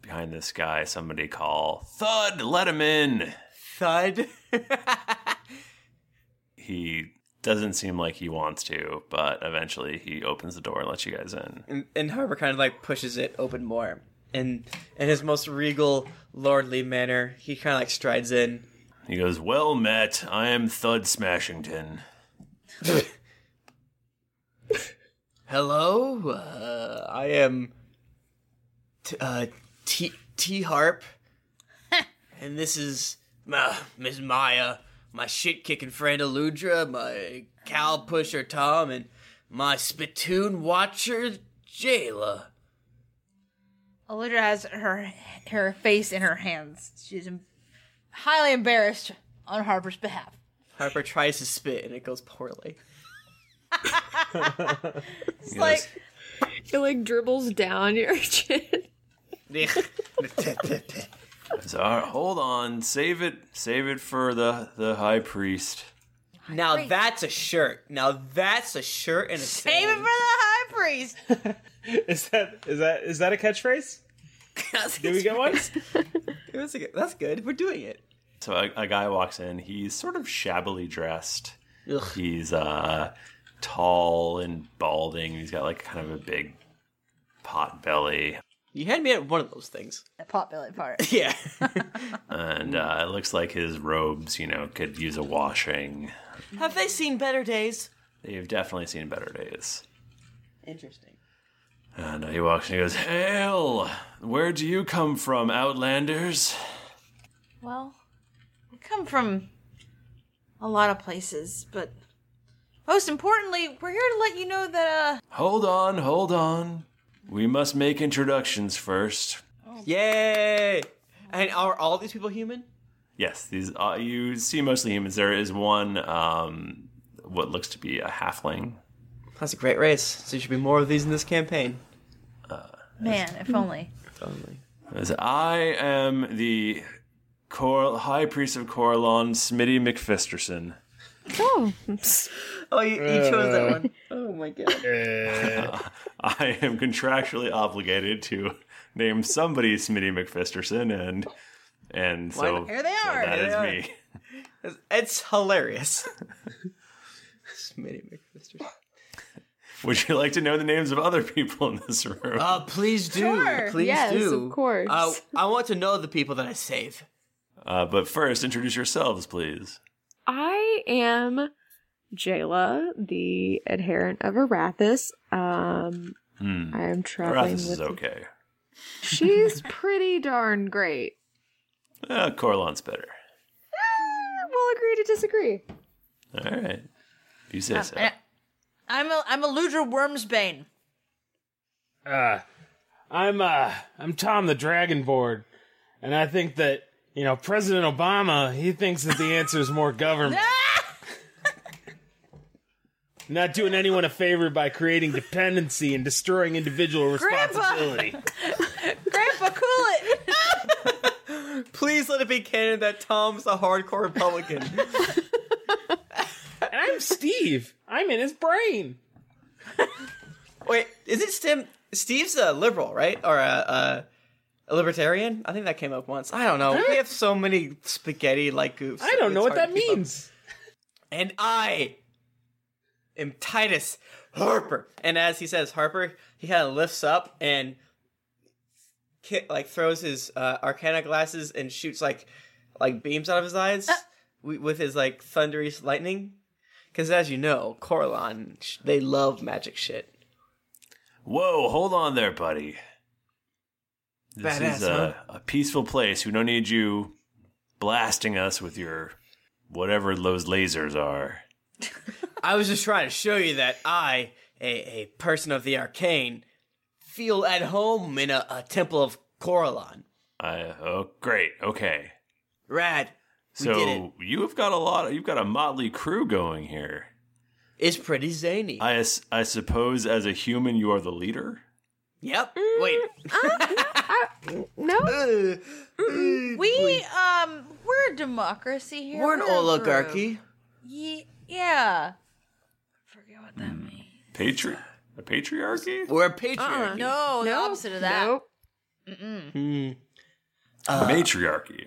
behind this guy, somebody call, "Thud, let him in."
Thud.
he doesn't seem like he wants to, but eventually he opens the door and lets you guys in.
And, and Harper kind of like pushes it open more. And in his most regal, lordly manner, he kind of like strides in.
He goes, "Well met. I am Thud Smashington."
Hello, uh, I am t- uh, T T Harp, and this is my Miss Maya, my shit kicking friend Eludra, my cow pusher Tom, and my spittoon watcher Jayla.
Eludra has her her face in her hands. She's em- highly embarrassed on Harper's behalf.
Harper tries to spit and it goes poorly.
It's like
It, like, dribbles down your chin.
So, "All right, hold on, save it, save it for the the high priest.
now that's a shirt. Now that's a shirt and a
Save it for the high priest.
Is that is that is that a catchphrase?
Do
we get one?
that's, good. that's good. We're doing it.
So a, a guy walks in. He's sort of shabbily dressed.
Ugh.
He's uh, tall and balding. He's got like kind of a big pot belly,
You had me at one of those things.
The pot belly part.
Yeah.
and uh, it looks like his robes, you know, could use a washing.
Have they seen better days?
They've definitely seen better days.
Interesting.
And uh, he walks and he goes, Hail! Where do you come from, Outlanders?
Well, I come from a lot of places, but most importantly, we're here to let you know that, uh,
Hold on, hold on. We must make introductions first.
Yay! And are all these people human?
Yes, these uh, you see mostly humans. There is one, um, what looks to be a halfling.
That's a great race. So you should be more of these in this campaign.
uh, man, if only.
As I am the Cor- High Priest of Coralon, Smitty McFisterson.
Oh, oh, you, you chose that
Uh.
one. Oh my god.
I am contractually obligated to name somebody Smitty McFisterson, and and
Why
so
not? Here they are.
So that
Here
is
they
me.
It's, it's hilarious. Smitty McFister.
Would you like to know the names of other people in this room?
Uh, please do.
Sure.
Please
Yes,
do.
of course.
Uh, I want to know the people that I save.
Uh, but first, introduce yourselves, please.
I am Jayla, the adherent of Arathis. Um,
Hmm.
I am traveling
Arathis is
with.
okay.
She's pretty darn great.
Uh, Corlon's better.
Ah, We'll agree to disagree.
All right. If you say
Um,
so.
and I- I'm a I'm a Ludra Wormsbane.
Uh, I'm uh, I'm Tom the Dragonborn, and I think that you know President Obama he thinks that the answer is more government. Not doing anyone a favor by creating dependency and destroying individual responsibility.
Grandpa, cool it.
Please let it be canon that Tom's a hardcore Republican.
and I'm Steve. I'm in his brain.
Wait, is it Stim? Steve's a liberal, right? Or a, a, a libertarian? I think that came up once. I don't know. We have so many spaghetti like goofs.
I don't know
It's
what
hard
that
to keep up.
means.
And I am Titus Harper. And as he says Harper, he kind of lifts up and ki- like throws his uh, arcana glasses and shoots like like beams out of his eyes wi- with his like thundery lightning. Because as you know, Corlon, sh- they love magic shit.
Whoa, hold on there, buddy. This
Badass,
is a, a peaceful place. We don't need you blasting us with your whatever those lasers are.
I was just trying to show you that I, a, a person of the arcane, feel at home in a, a temple of Coralon.
I, oh, great. Okay.
Rad. We did it.
So you've got a lot. You've got a motley crew going here.
It's pretty zany.
I, as- I suppose, as a human, you are the leader.
Yep. Wait.
No.
we um we're a democracy here.
Mm-hmm. We're an
a
oligarchy.
group. Ye- yeah.
Patri- a patriarchy.
We're a
Uh-uh. No, the opposite of that.
Nope.
Mm-mm.
Hmm.
matriarchy.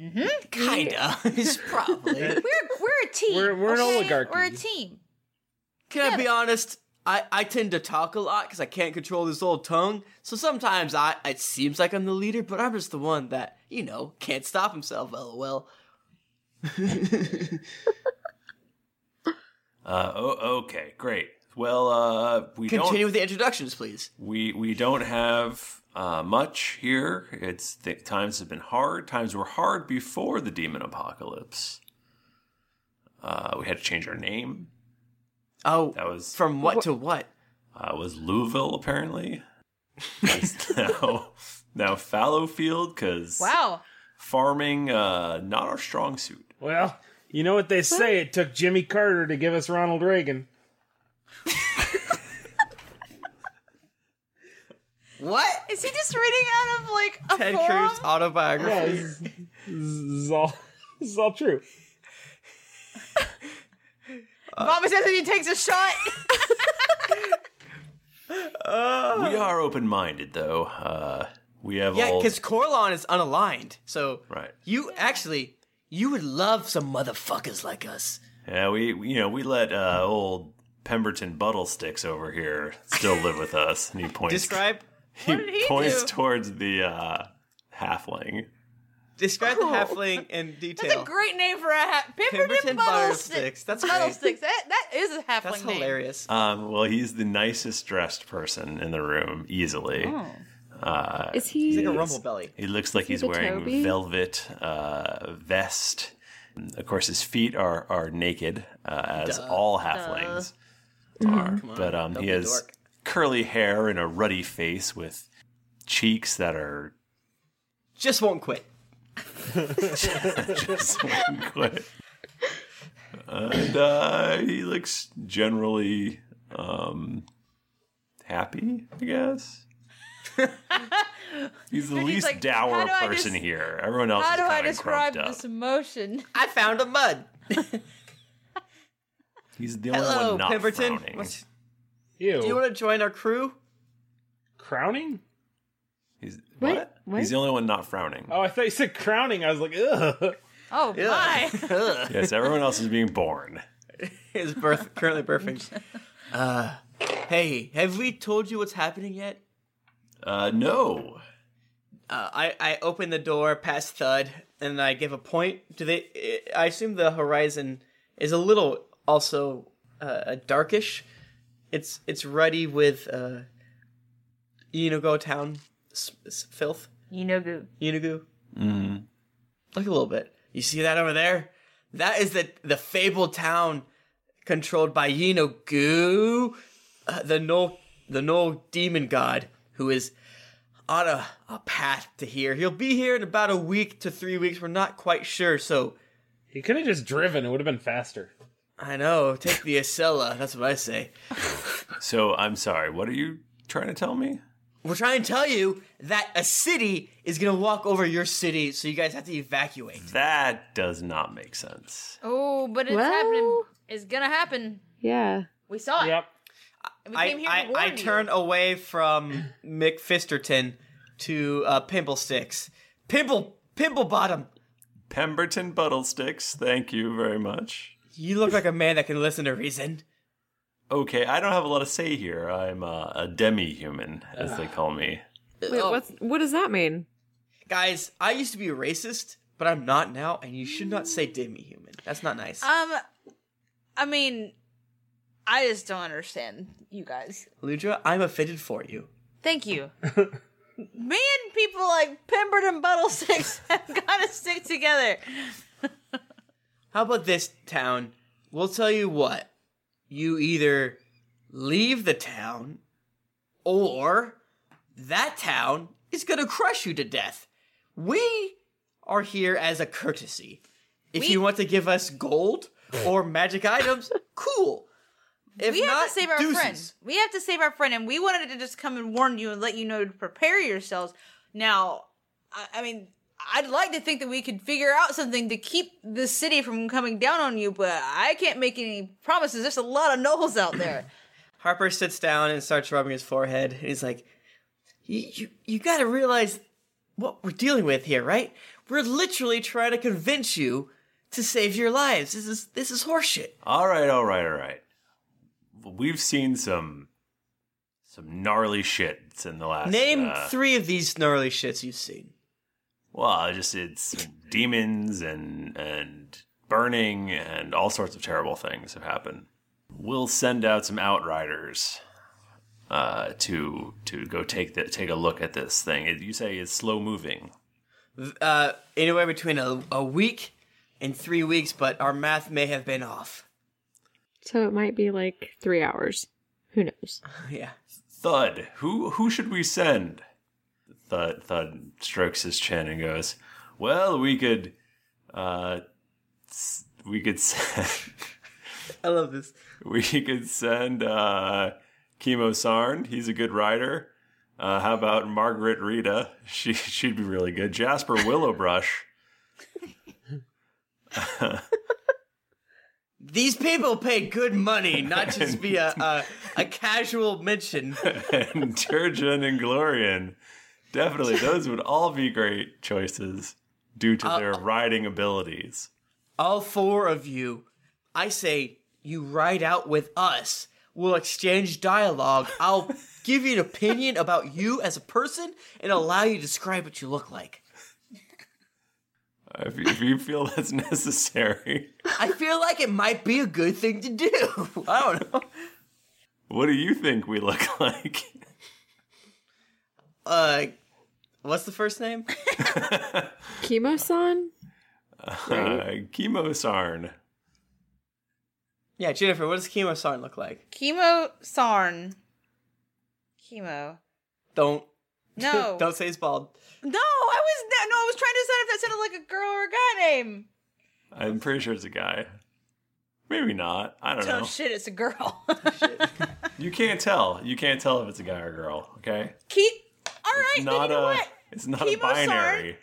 Mm-hmm.
Kinda. It's probably.
We're we're a team.
We're- we're an
okay?
oligarchy.
We're a team.
Can I be honest? I, I tend to talk a lot because I can't control this old tongue. So sometimes I it seems like I'm the leader, but I'm just the one that you know can't stop himself. LOL.
Uh, oh, okay, great. Well, uh, we
Continue
don't,
with the introductions, please.
We we don't have uh, much here. It's th- times have been hard. Times were hard before the demon apocalypse. Uh, we had to change our name.
Oh,
that was
from what to what?
Uh, was Louisville apparently? It's now now Fallowfield because
Wow.
farming uh, not our strong suit.
Well, you know what they say. It took Jimmy Carter to give us Ronald Reagan.
What?
Is he just reading out of like a
Ted
forum?
Cruz autobiography.
Yeah, this is- this is all this is all true.
Mama says if he takes a shot.
we are open minded though. Uh, we have
Yeah,
all
because Corlon is unaligned. So
right.
you actually you would love some motherfuckers like us.
Yeah, we we- you know we let uh, old Pemberton Buttle Sticks over here still live with us, and he points.
Describe.
He,
What did he
points
do?
towards the uh, halfling.
Describe
Oh.
the halfling in
That's
detail.
a great name for a hat.
Pemberton
Pemberton
Butter
Buttle
Sticks.
Sticks.
That's
Buttle
great.
Sticks. That, that is a halfling
That's
name.
hilarious.
Um, well, he's the nicest dressed person in the room, easily.
Oh.
Uh,
Is he- He's like a rumble
belly.
He looks like
he
he's
the
wearing
Toby?
velvet uh, vest. Of course, his feet are are naked, uh, as
Duh.
all halflings
Duh.
are.
Come on,
but um,
don't
he
be a
has
dork.
curly hair and a ruddy face with cheeks that are
Just won't quit.
just one quit. And uh, he looks generally um, happy, I guess. He's the
He's
least
like,
dour
"How do I
person
des-
here. Everyone else
How
is
do I
kinda
describe
crumped up.
this emotion?
I found a mud.
He's the only
Hello,
one not
Pemberton.
frowning.
What's-
Ew.
Do you want to join our crew?
Crowning?
He's,
What?
what? He's the only one not frowning.
Oh, I thought you said crowning. I was like, ugh.
Oh,
my.
yes, everyone else is being born.
Is birth currently birthing? Uh, hey, have we told you what's happening yet?
Uh, no.
Uh, I I open the door past Thud, and I give a point. Do they? I assume the horizon is a little also uh, darkish. It's it's ruddy with uh, Inugo town s- s- filth.
Inugu.
Inugu.
Mm.
Look a little bit. You see that over there? That is the the fabled town controlled by Yinogu, uh, the no the no demon god who is on a, a path to here. He'll be here in about a week to three weeks. We're not quite sure. So
he could have just driven. It would have been faster.
I know. Take the Acela. That's what I say.
So I'm sorry. What are you trying to tell me?
We're trying to tell you that a city is gonna walk over your city, so you guys have to evacuate.
That does not make sense.
Oh, but it's
Well-
happening. It's gonna happen.
Yeah.
We saw it.
Yep.
We came
I,
here to
I,
warn
I
you.
turn away from Mick Fisterton to uh, Pimple Sticks. Pimple Pimple Bottom.
Pemberton Buttlesticks, thank you very much.
You look like a man that can listen to reason.
Okay, I don't have a lot to say here. I'm uh, a demi-human, as
Ah.
they call me.
Wait, what's what does that mean?
Guys, I used to be a racist, but I'm not now, and you should not say demi human. That's not nice.
Um, I mean, I just don't understand you guys.
Ludra, I'm offended for you.
Thank you. Me and people like Pemberton Buttlesticks have gotta stick together.
How about this town? We'll tell you what. You either leave the town or that town is going to crush you to death. We are here as a courtesy. If you want to give us gold or magic items, cool. If
we
not,
have to save our
deuces.
friend. We have to save our friend, and we wanted to just come and warn you and let you know to prepare yourselves. Now, I, I mean, I'd like to think that we could figure out something to keep the city from coming down on you, but I can't make any promises. There's a lot of nobles out there.
Harper sits down and starts rubbing his forehead. And he's like, "You, you, you got to realize what we're dealing with here, right? We're literally trying to convince you to save your lives. This is this is horseshit."
All right, all right, all right. We've seen some some gnarly shits in the last.
Name
uh,
three of these gnarly shits you've seen.
Well, just it's demons and and burning and all sorts of terrible things have happened. We'll send out some outriders uh, to to go take the, take a look at this thing. You say it's slow moving.
Uh, anywhere between a, a week and three weeks, but our math may have been off.
So it might be like three hours. Who knows?
Yeah.
Thud, who who should we send? Thud Thud strokes his chin and goes, "Well, we could, uh, s- we could send,
I love this.
we could send uh, Chemo Sarn. He's a good rider. Uh, how about Margaret Rita? She she'd be really good. Jasper Willowbrush.
These people pay good money, not just be a, a, a casual mention.
and Turgeon and Glorian. Definitely, those would all be great choices due
Uh,
to their riding abilities.
All four of you, I say you ride out with us. We'll exchange dialogue. I'll give you an opinion about you as a person and allow you to describe what you look like.
if you, if you feel that's necessary.
I feel like it might be a good thing to do. I don't know.
What do you think we look like?
Uh, what's the first name?
Chemosan?
Uh, Chemosarn.
Yeah, Jennifer, what does chemo sarn look like?
Chemo Sarn. Chemo.
Don't.
No.
don't say he's bald.
No, I was no, no, I was trying to decide if that sounded like a girl or a guy name.
I'm pretty sure it's a guy. Maybe not. I don't
oh
know.
shit, it's a girl.
You can't tell. You can't tell if it's a guy or a girl. Okay.
Keep. All right. then
not
you know
a.
what?
It's not a
Chemosarn.
binary.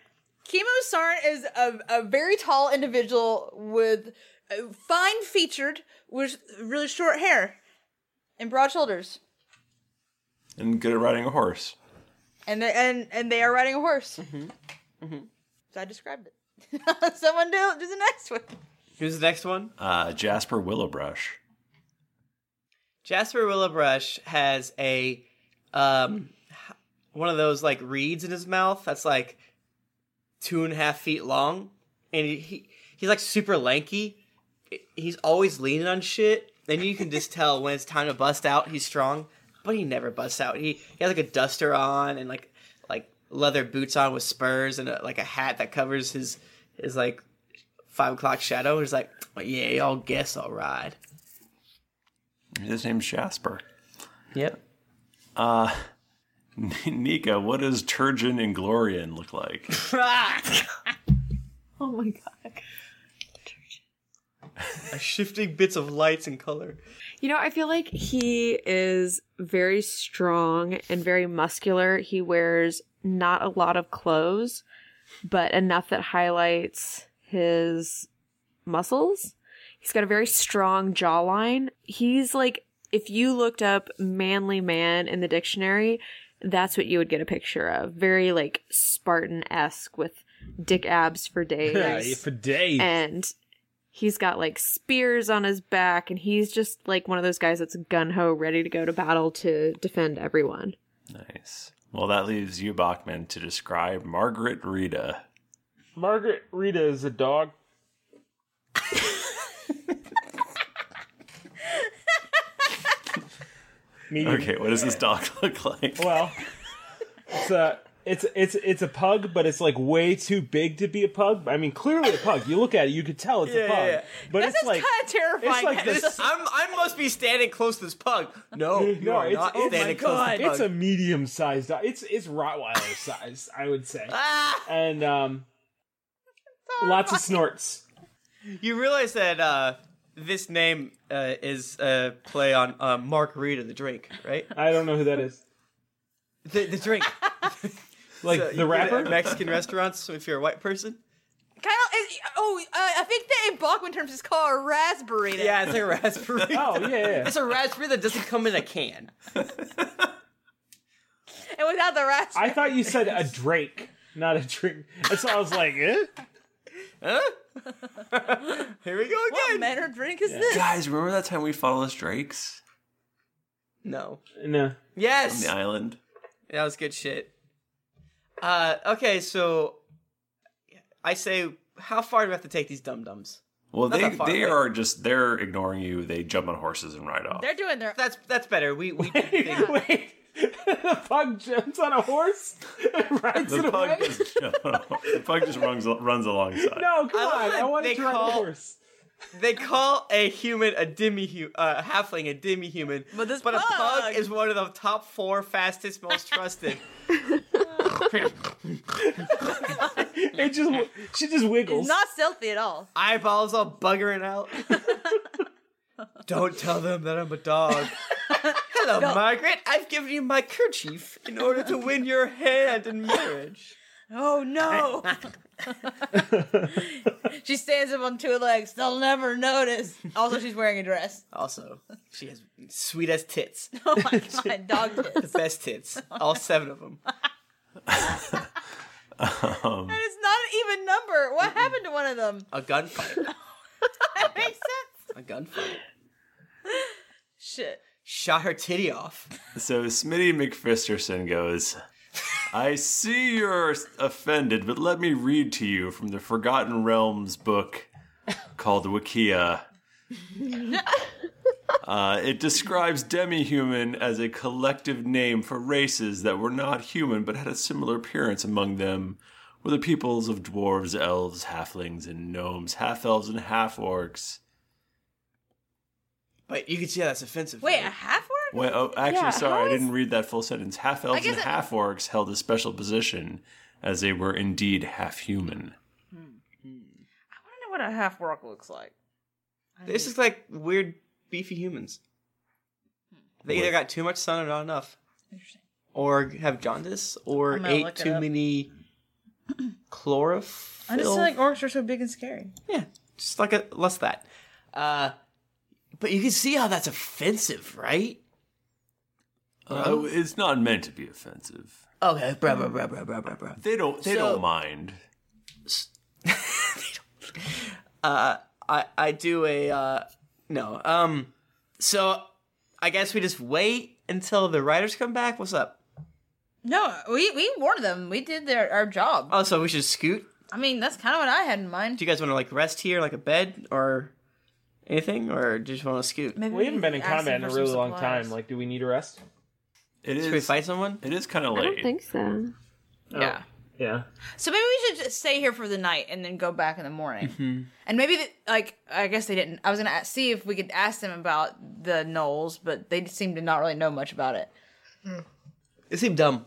Chemo Sarn is a, a very tall individual with uh, fine featured, with really short hair and broad shoulders,
And good at riding a horse.
and they and and they are riding a horse. So I described it. Someone do do the next one.
Who's the next one?
Uh, Jasper Willowbrush.
Jasper Willowbrush has a um h- one of those like reeds in his mouth that's like two and a half feet long, and he, he he's like super lanky. He's always leaning on shit, and you can just tell when it's time to bust out. He's strong, but he never busts out. He he has like a duster on and like like leather boots on with spurs and a, like a hat that covers his his like five o'clock shadow. He's like, yeah, y'all guess all right.
His name's Jasper.
Yep.
Uh, Nika, what does Turgeon and Glorian look like?
Oh my god.
shifting bits of lights and color.
You know, I feel like he is very strong and very muscular. He wears not a lot of clothes, but enough that highlights his muscles. He's got a very strong jawline. He's like, if you looked up manly man in the dictionary, that's what you would get a picture of. Very like Spartan esque with dick abs for days.
for days.
And he's got like spears on his back, and he's just like one of those guys that's gun ho, ready to go to battle to defend everyone.
Nice. Well, that leaves you, Bachman, to describe Margaret Rita.
Margaret Rita is a dog. Medium-
Okay, what does this dog look like?
Well, it's a it's it's it's a pug, but it's like way too big to be a pug. I mean, clearly a pug. You look at it, you could tell Oh, it's
Yeah,
a pug.
yeah, yeah.
But
That
it's
sounds
like
kinda
terrifying,
It's like
This-
this.
I'm, I must be standing close to this pug. No, you
no,
are
it's
not
it's,
standing close to the
it's a
pug.
medium sized dog. It's it's Rottweiler size, I would say.
Ah!
and um, lots of snorts.
you realize that uh, this name uh, is a play on uh, margarita, the drink, right?
I don't know who that is.
The, the drink.
Like
So
the
you go to
rapper?
Mexican restaurants, if you're a white person.
Kyle, is, oh, uh, I think that in Bachman terms it's called a raspberry.
Yeah, it's a raspberry.
oh, yeah, yeah.
It's a raspberry that doesn't come in a can.
and without the raspberry,
I thought you said a drake, not a drink. And so I was like, eh?
Here we go again.
What manner of drink is this?
Guys, remember that time we fought those drakes
No.
No.
on
Yes.
the island?
That was good shit. Uh, okay, so I say, how far do we have to take these dum dums?
Well,
Not
they
that far
they
away.
are just they're ignoring you. They jump on horses and ride off.
They're doing their.
That's that's better. We we
wait. the pug jumps on a horse and rides
The
it away.
pug, just, the pug just runs runs alongside.
No, come
I love
on. I
that
want
they
to try
call-
the horse.
They call a human a demi uh, a halfling a demi human, but this a pug is one of the top four fastest, most trusted.
it just she just
It's
wiggles.
not stealthy at all.
Eyeballs all buggering out. Don't tell them that I'm a dog. Hello, Margaret. I've given you my kerchief in order to win your hand in marriage.
Oh no! she stands up on two legs. They'll never notice. Also, she's wearing a dress.
Also, she has sweet as tits.
Oh my god, dog tits.
The best tits. All seven of them.
Um,
And it's not an even number. What happened to one of them?
A gunfight.
That makes sense.
A gunfight.
Shit.
Shot her titty off.
So Smitty McFisterson goes, I see you're offended, but let me read to you from the Forgotten Realms book called Wikia. Uh, it describes demi-human as a collective name for races that were not human but had a similar appearance among them were the peoples of dwarves, elves, halflings, and gnomes, half-elves, and half-orcs.
But you can see how that's offensive.
Wait, a half orc?
Wait, oh, actually,
Yeah,
sorry,
how
I
is-
didn't read that full sentence.
I
Half-elves
guess
and
it-
half-orcs held a special position as they were indeed half-human.
I don't know what a half orc looks like.
This is like weird, beefy humans. They either got too much sun or not enough, or have jaundice,
I'm
or
gonna
ate
look it
too
up.
many chlorophyll.
I just feel like orcs are so big and scary.
Yeah. just like a less that. Uh, but you can see how that's offensive, right? Uh-huh.
Uh, it's not meant to be offensive.
Okay, bruh, bruh, bruh, bruh, bruh, bruh, bruh.
They don't. They
So-
don't mind.
Uh, I I do a uh, no. Um, so I guess we just wait until the writers come back. What's up?
No, we we warned them. We did their our job.
Oh, so we should scoot.
I mean, that's kind of what I had in mind.
Do you guys want to like rest here, like a bed or anything, or do you just want to scoot?
Maybe
we haven't been in
ask them
combat in a
for some
really long
supplies.
time. Like, do we need a rest?
It is.
Should we fight someone?
It is kind of
I don't
late.
think
so.
Yeah.
Yeah.
So maybe we should just stay here for the night and then go back in the morning. And maybe the, like I guess they didn't. I was gonna a- see if we could ask them about the Knowles, but they seem to not really know much about it.
It seemed dumb,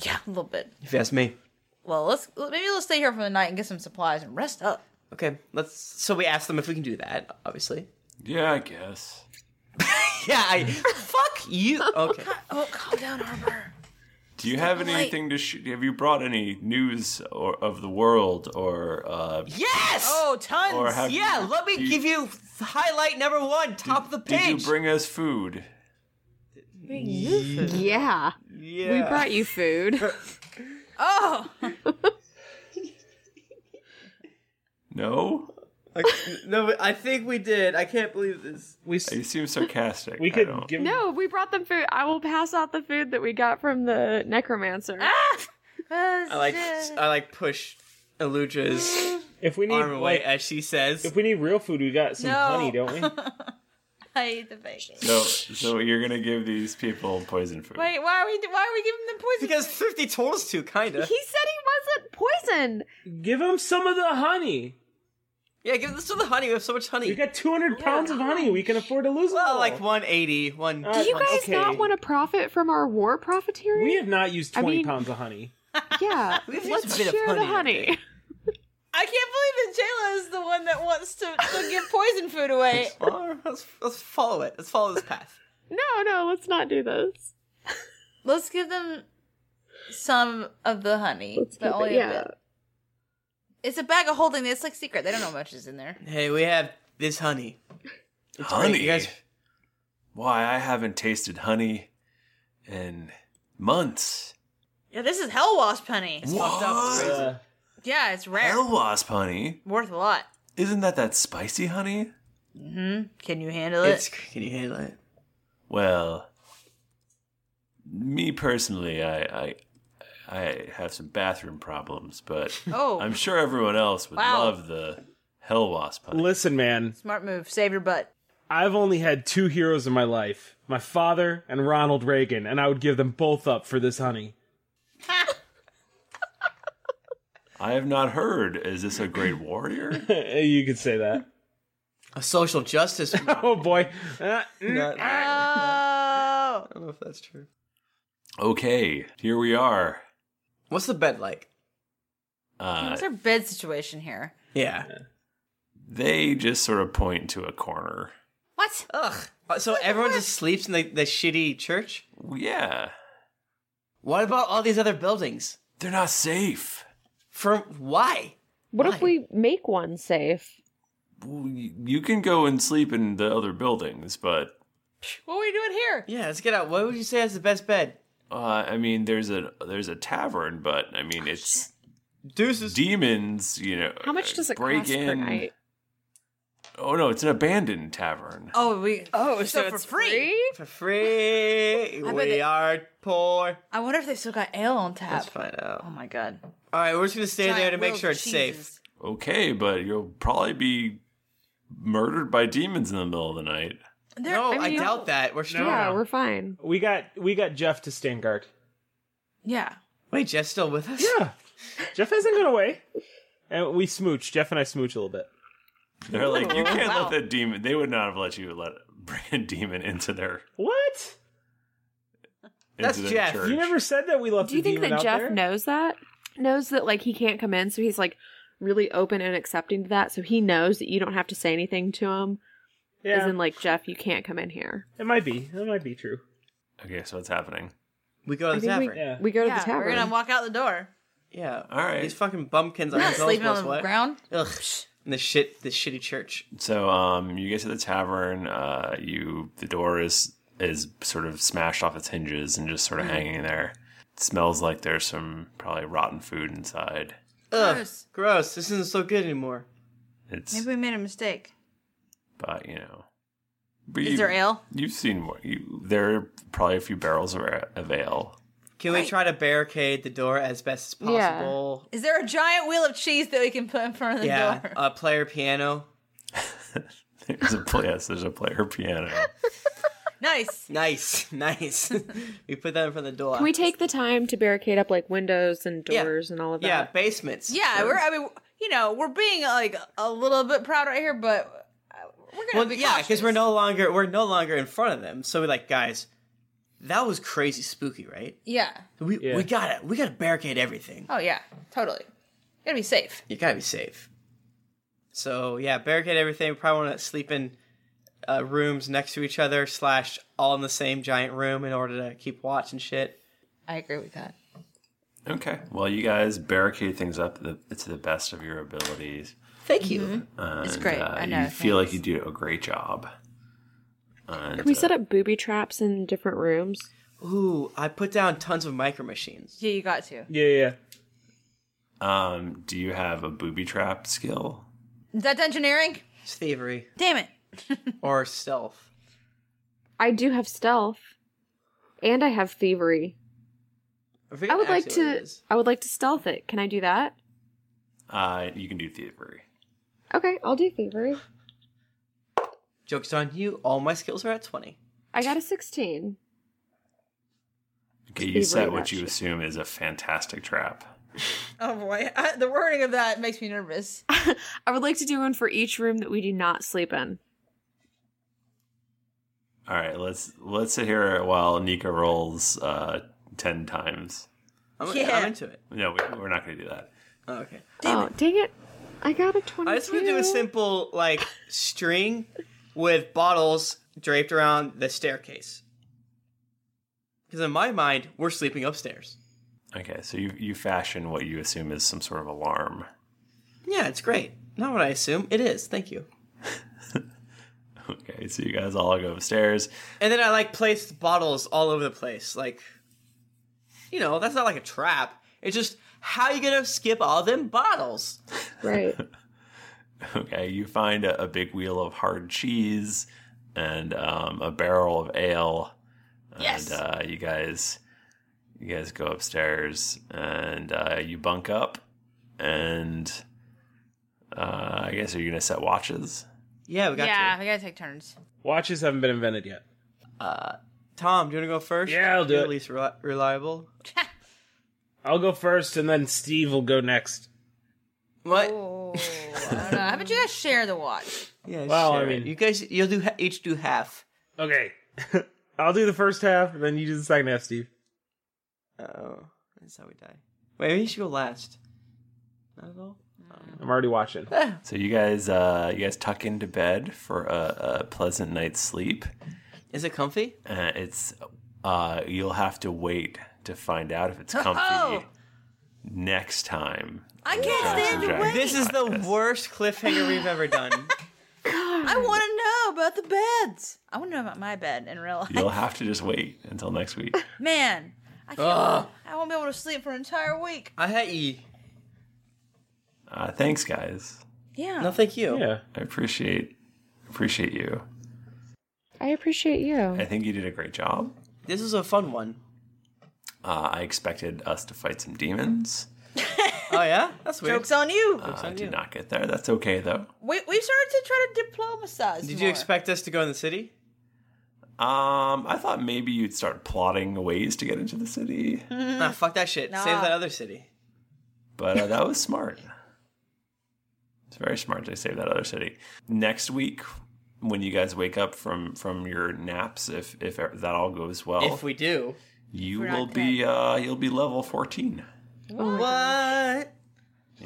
Yeah, a little bit.
if you ask me.
Well, let's maybe let's stay here for the night and get some supplies and rest up.
Okay, let's. So we asked them if we can do that. Obviously.
Yeah, I guess.
yeah, I. fuck you. Okay.
Oh, calm down, Harper.
Do you have
Late.
anything to? Sh- have you brought any news or of the world or? Uh,
Yes. Oh,
tons.
Or have
yeah,
you-
let me
do you-
give you highlight number one, top of the
Did you
page.
bring us food?
Yeah. We
Yeah.
brought you food.
oh.
No.
no, but I think we did. I can't believe this.
We.
You seem sarcastic.
We
I
could
don't-
give.
No, we brought them food. I will pass out the food that we got from the necromancer.
I like. I like push Eludra's
if we need
arm away
like-
as she says.
If we need real food, we got some
No.
honey, don't we?
I eat the bacon.
So, so you're gonna give these people poison food?
Wait, why are we why are we giving them poison?
Because Thrifty told us to, kinda.
He said he wasn't
Give him some of the honey.
Yeah, give us some of the honey. We have so much honey.
We got 200 pounds of honey. We can afford to lose it.
Well,
all. Uh,
like 180, one.
Do you guys not want to profit from our war profiteering?
We have not used
I
20
mean-
pounds of honey.
yeah.
used
Let's
a bit of
share the
honey,
honey.
I can't believe that Jayla is the one that wants to, to give poison food away.
Or let's, let's follow it. Let's follow this path.
No, no, let's not do this.
Let's give them some of the honey,
Let's
but
keep it-
only
yeah.
a bit. It's a bag of holding. It's like secret. They don't know much is in there.
Hey, we have this honey. It's great.
honey.
You guys,
Why I haven't tasted honey in months.
Yeah, this is hell wasp honey.
It's fucked up, it's What?
Uh,
crazy.
Yeah, it's rare.
Hell wasp honey.
Worth a lot.
Isn't that that spicy honey?
hmm Can you handle it?
it's, can you handle it?
Well, me personally, I, I, I have some bathroom problems, but
Oh.
I'm sure everyone else would
Wow.
love the hell wasp honey.
Listen, man,
Smart move. Save your butt.
I've only had two heroes in my life my father and Ronald Reagan, and I would give them both up for this honey.
I have not heard. Is this a great warrior?
you could say that.
A social justice.
oh, boy. Uh, mm, ah.
Not- I
Oh.
don't know if that's true.
Okay, here we are.
What's the bed like?
Uh,
What's our bed situation here?
Yeah.
they just sort of point to a corner.
What?
Ugh. Uh, So everyone just sleeps in the, the shitty church?
Yeah,
What about all these other buildings?
they're not safe.
From why?
What if we make one safe?
Well, y- You can go and sleep in the other buildings, but
What are we doing here?
Yeah, let's get out. What would you say is the best bed?
Uh, I mean, there's a there's a tavern, but I
Oh,
mean, it's
deuces
demons. You know,
How much does it
break
cost per
in.
night?
Oh no, it's an abandoned tavern.
Oh, we. so,
Oh, so
for
it's
free.
For free.
bet
we
they-
are poor.
I wonder if they still got ale on tap.
Let's find out.
Oh my god.
All right, we're just gonna stay
Giant
there to make
wheels
sure
of
it's safe.
cheeses.
Okay, but you'll probably be murdered by demons in the middle of the night.
no,
I
I,
mean-
doubt that. We're strong.
we're fine.
We got we got Jeff to stand guard.
Yeah.
Wait, Jeff's still with us?
Yeah. Jeff hasn't gone away. And we smooch. Jeff and I smooch a little bit.
They're like, you
Ooh,
can't
wow.
let that demon. They would not have let you let bring a demon into their.
What?
Into their Church.
You never said that we left.
Do you
the
think
demon
that
out
Jeff
there?
knows that? Knows that like he can't come in, so he's like really open and accepting to that. So he knows that you don't have to say anything to him.
Yeah.
As in like Jeff, you can't come in here.
It might be. That might be true.
Okay, so what's happening?
We go to
I
the
think we-
tavern.
Yeah. we go to the
Yeah, We're
tavern.
gonna walk out the door.
Yeah.
All right.
These fucking bumpkins are
Not
gonna tell us
sleeping
what's
on the
what.
ground.
Ugh. And the shit, the shitty church.
So, um, you get to the tavern. Uh, you the door is is sort of smashed off its hinges and just sort
Mm.
of hanging there. It smells like there's some probably rotten food inside.
Ugh. Gross. This isn't so good anymore.
It's
Maybe we made a mistake.
but you know. But
Is
you-
there ale?
You've seen more. You, there are probably a few barrels of, of ale.
Can we try to barricade the door as best as possible?
Is there a giant wheel of cheese that we can put in front of the
Yeah.
door?
Uh, player piano.
There's a yes, there's a player piano.
Nice.
Nice. Nice. we put that in front of the door.
Can we take the time to barricade up like windows and doors and all of that?
Yeah, basements.
Yeah,
Sure.
we're. I mean, you know, we're being like a little bit proud right here, but uh, we're gonna
well,
be
yeah,
cautious.
because we're no longer we're no longer in front of them. So we're like, guys, that was crazy spooky, right?
Yeah.
We we gotta we gotta barricade everything.
Oh yeah, totally. Gotta be safe.
You gotta be safe. So yeah, barricade everything. We probably want to sleep in uh, rooms next to each other, slash all in the same giant room, in order to keep watch and shit.
I agree with that.
Okay. Well, you guys barricade things up the, to the best of your abilities.
Thank you.
Mm-hmm.
And,
It's great.
Uh,
I know,
You feel like you do a great job. And,
Can we
uh,
set up booby traps in different rooms?
Ooh, I put down tons of micro machines.
Yeah, you got to.
Yeah, yeah.
Um, do you have a booby trap skill?
Is that engineering?
It's thievery
Damn it.
or stealth.
I do have stealth, and I have thievery.
I,
would like
actually
to. I would like to stealth it. Can I do that?
Uh, you can do thievery.
Okay, I'll do thievery.
Joke's on you. All my skills are at twenty.
I got a sixteen.
Okay, you set
Thievery,
what you assume is a fantastic trap.
Oh boy, I, the wording of that makes me nervous.
I would like to do one for each room that we do not sleep in.
All right, let's let's sit here while Nika rolls uh, ten times.
I'm,
Yeah.
I'm into it.
No, we, we're not going to do that.
Oh, okay.
oh, dang it! I got a twenty-two.
I just want to do a simple like string with bottles draped around the staircase. Because in my mind, we're sleeping upstairs.
Okay, so you you fashion what you assume is some sort of alarm.
Yeah, it's great. Not what I assume. It is. Thank you.
Okay, so you guys all go upstairs.
And then I like placed bottles all over the place. Like, you know, that's not like a trap. It's just how you gonna skip all them bottles?
Right.
Okay, you find a, a big wheel of hard cheese and um, a barrel of ale.
Yes.
And uh, you guys, you guys go upstairs and uh, you bunk up. And uh, I guess are you gonna set watches?
Yeah, we got
yeah,
to.
we gotta take turns.
Watches haven't been invented yet.
Uh, Tom, do you wanna go first?
Yeah, I'll do
You're
it.
At least reli- reliable.
I'll go first, and then Steve will go next.
What?
I don't know. How about you guys share the watch?
Yeah.
Well,
sure.
I mean-
you guys, you'll do ha- each do half.
Okay. I'll do the first half, and then you do the second half, Steve.
Oh, that's how we die. Wait, maybe you should go last. Not at all.
I'm already watching.
Eh.
So you guys, uh, you guys tuck into bed for a, a pleasant night's sleep.
Is it comfy?
Uh, it's uh, you'll have to wait to find out if it's comfy
Oh.
next time.
I can't
Jackson
stand to
Jack.
wait.
This is the worst cliffhanger we've ever done.
I want to know about the beds. I want to know about my bed in real life.
You'll have to just wait until next week.
Man, I can't.
Ugh.
I won't be able to sleep for an entire week.
I hate you.
Uh, thanks, guys.
Yeah.
No, thank you.
I appreciate Appreciate you.
I appreciate you.
I think you did a great job.
This is a fun one.
Uh, I expected us to fight some demons.
Oh yeah, that's weird.
Jokes on you.
Uh, I did not get there. That's okay though.
We we started to try to diplomatize.
Did you
more.
expect us to go in the city?
Um, I thought maybe you'd start plotting ways to get into the city,
Nah, Ah, fuck that shit. Save
Nah.
that other city.
but uh, that was smart. It's very smart to save that other city. Next week, when you guys wake up from from your naps, if if e-, that all goes well,
if we do,
you
If we're not
will be uh you'll be level fourteen.
Oh my
what?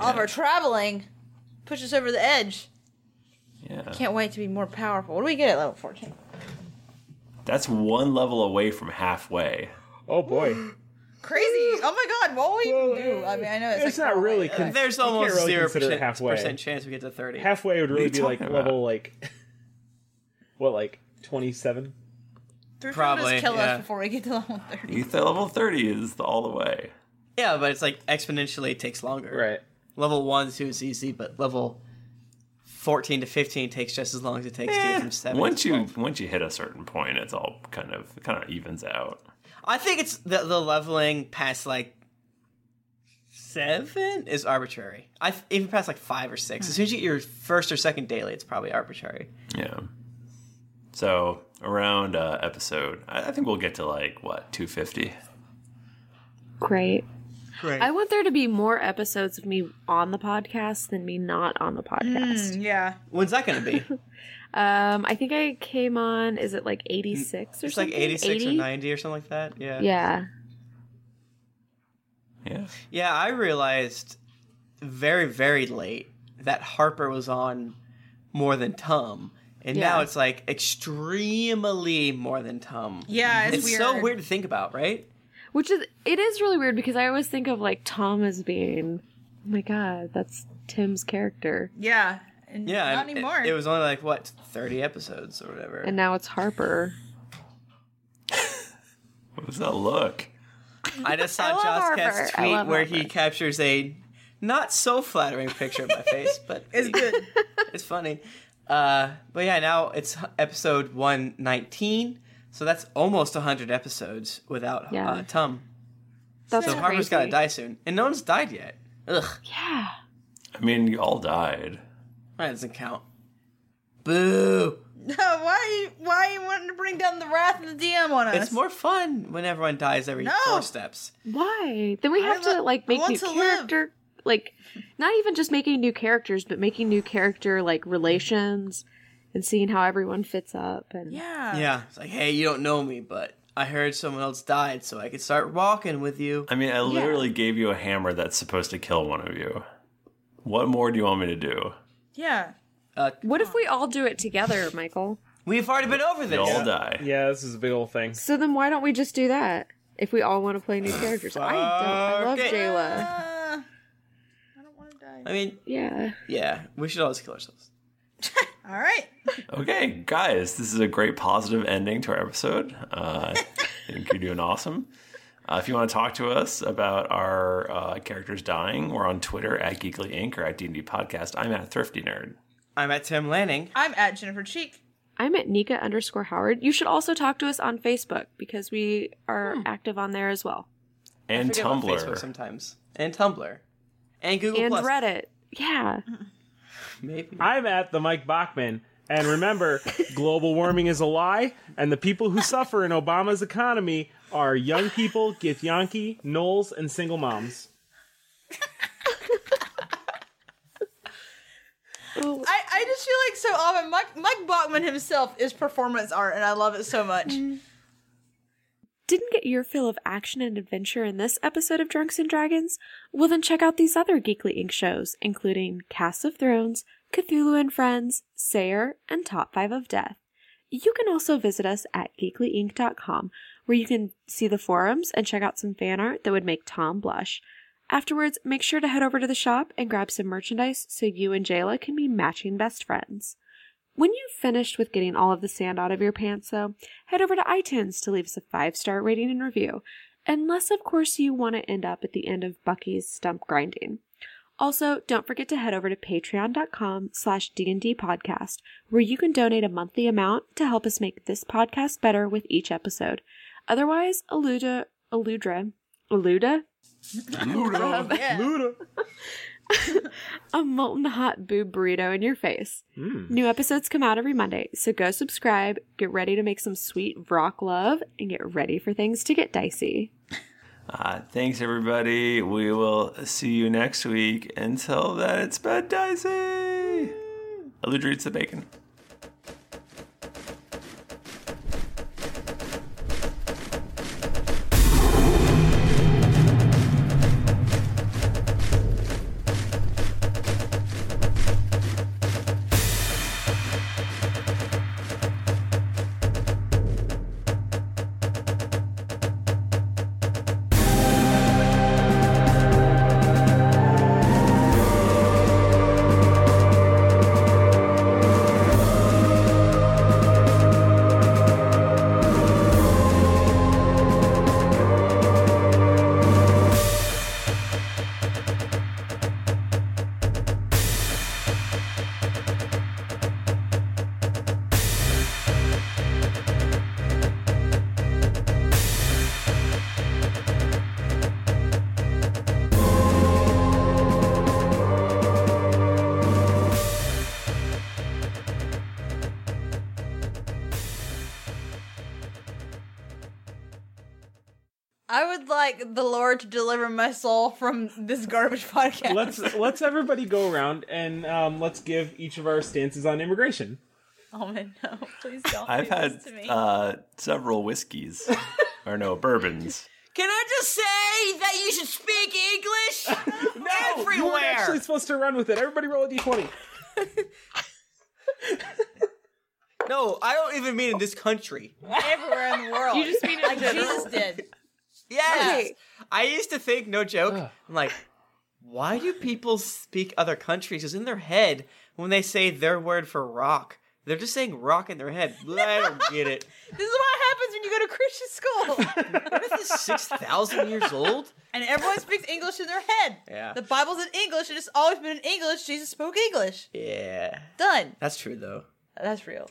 All of our traveling pushes us over the edge.
Yeah,
Can't wait to be more powerful. What do we get at level 14?
that's one level away from halfway.
Oh boy.
Crazy. Oh my god, what will we do? I mean, I know it's,
it's
like
not really.
halfway,
Con-
but-
There's
you can't
almost
really
zero
consider it
percent,
halfway.
percent chance we get to thirty.
Halfway would
What are you
really be like
talking
level like what like twenty seven.
Three people
Probably,
Just kill
yeah.
us before we get to level 30.
You th- level thirty is the, all the way.
Yeah, but it's like exponentially it takes longer.
Right.
Level one, two is easy, but level fourteen to fifteen takes just as long as it takes to
Eh,
get from seven.
once
to
you once you hit a certain point, it's all kind of it kind of evens out.
I think it's the, the leveling past like seven is arbitrary. I th- even past like five or six. As soon as you get your first or second daily, it's probably arbitrary.
Yeah. So around uh, episode, I, I think we'll get to like what two fifty.
Great.
Great.
I want there to be more episodes of me on the podcast than me not on the
Hmm.
podcast.
Mm, yeah.
When's that going to be?
Um, I think I came on. Is it like eighty six or
it's like
something?
eighty six or
80?
ninety or something like that. Yeah.
Yeah.
Yeah.
Yeah, I realized very, very late that Harper was on more than Tum. And now
Yeah.
it's like extremely more than Tum.
Yeah, it's
so
weird.
weird to think about, right?
Which is it is really weird because I always think of like Tom as being, oh my god, that's Tim's character,
Yeah. And
Yeah,
Not
and it-
anymore.
It, was only like what thirty episodes or whatever.
and now it's Harper.
What was that look?
I just saw
love
Joss
Harper.
Cat's
I
tweet
love
where he captures a not so flattering picture of my face, but it's good. It's funny. Uh, but yeah, now it's h- episode one nineteen, so that's almost hundred episodes without uh,
Yeah.
Tum.
That's
so Harper's
crazy.
got to die soon, and no one's died yet. Ugh,
Yeah.
I mean, you all died.
that doesn't count. Boo!
No, why are you, why are you wanting to bring down the wrath of the DM on us?
It's more fun when everyone dies every
No.
four steps.
Why? Then we have
I
to
lo-
like
I
make
want
new
to live.
character, like not even just making new characters, but making new character like relations and seeing how everyone fits up and
yeah.
Yeah, it's like, hey, you don't know me, but I heard someone else died, so I could start walking with you.
I mean, I literally gave you a hammer that's supposed to kill one of you. What more do you want me to do?
Yeah.
Uh,
what if we all do it together, Michael?
We've already been over
You all die.
Yeah, this is a big old thing.
So then why don't we just do that if we all want to play new characters? I don't. I love
Fuck it.
Jayla.
I mean,
Yeah.
yeah, we should always kill ourselves.
All right.
Okay, guys, this is a great positive ending to our episode. Uh, I think you're doing awesome. Uh, if you want to talk to us about our uh, characters dying, we're on Twitter at Geekly Inc. or at D&D Podcast. I'm at Thrifty Nerd.
I'm at Tim Lanning.
I'm at Jennifer Cheek.
I'm at Nika underscore Howard. You should also talk to us on Facebook because we are
Hmm.
active on there as well.
And
forget about
Tumblr.
Facebook sometimes. And Tumblr. And Google
and
Plus.
Reddit. Yeah.
Mm-hmm.
Maybe.
I'm at the Mike Bachman. And remember, global warming is a lie, and the people who suffer in Obama's economy are young people, Githyanki, Knowles, and single moms.
I, I just feel like so often Mike, Mike Bachman himself is performance art, and I love it so much.
Didn't get your fill of action and adventure in this episode of Drunks and Dragons? Well, then check out these other Geekly Inc. shows, including Cast of Thrones, Cthulhu and Friends, Sayer, and Top 5 of Death. You can also visit us at geeklyinc.com, where you can see the forums and check out some fan art that would make Tom blush. Afterwards, make sure to head over to the shop and grab some merchandise so you and Jayla can be matching best friends. When you've finished with getting all of the sand out of your pants, though, head over to iTunes to leave us a five star rating and review, unless, of course, you want to end up at the end of Bucky's stump grinding. Also, don't forget to head over to patreon.com slash D&D podcast, where you can donate a monthly amount to help us make this podcast better with each episode. Otherwise, Aluda, Aludra, Aluda? Um, a molten hot boob burrito in your face.
Mm.
New episodes come out every Monday, so go subscribe, get ready to make some sweet rock love, and get ready for things to get dicey.
Uh, thanks, everybody. We will see you next week. Until then, it's been dicey. Aludra eats the bacon.
I would like the Lord to deliver my soul from this garbage podcast.
let's let's everybody go around and um, let's give each of our stances on immigration.
Oh man, no! Please don't.
I've
do
had
this to me.
uh, several whiskeys, or no, bourbons.
Can I just say that you should speak English
You were
everywhere?
actually supposed to run with it. Everybody roll a d20.
No, Oh, I don't even mean in this country.
everywhere in the world.
You just mean in
like
general.
Jesus did.
Yes. I used to think, no joke, I'm like, why do people speak other countries? Because in their head, when they say their word for rock, they're just saying rock in their head. I don't get it.
This is what happens when you go to Christian school.
Earth is 6,000 years old?
and everyone speaks English in their head.
Yeah.
The Bible's in English, and it's always been in English. Jesus spoke English.
Yeah.
Done.
That's true, though.
That's real.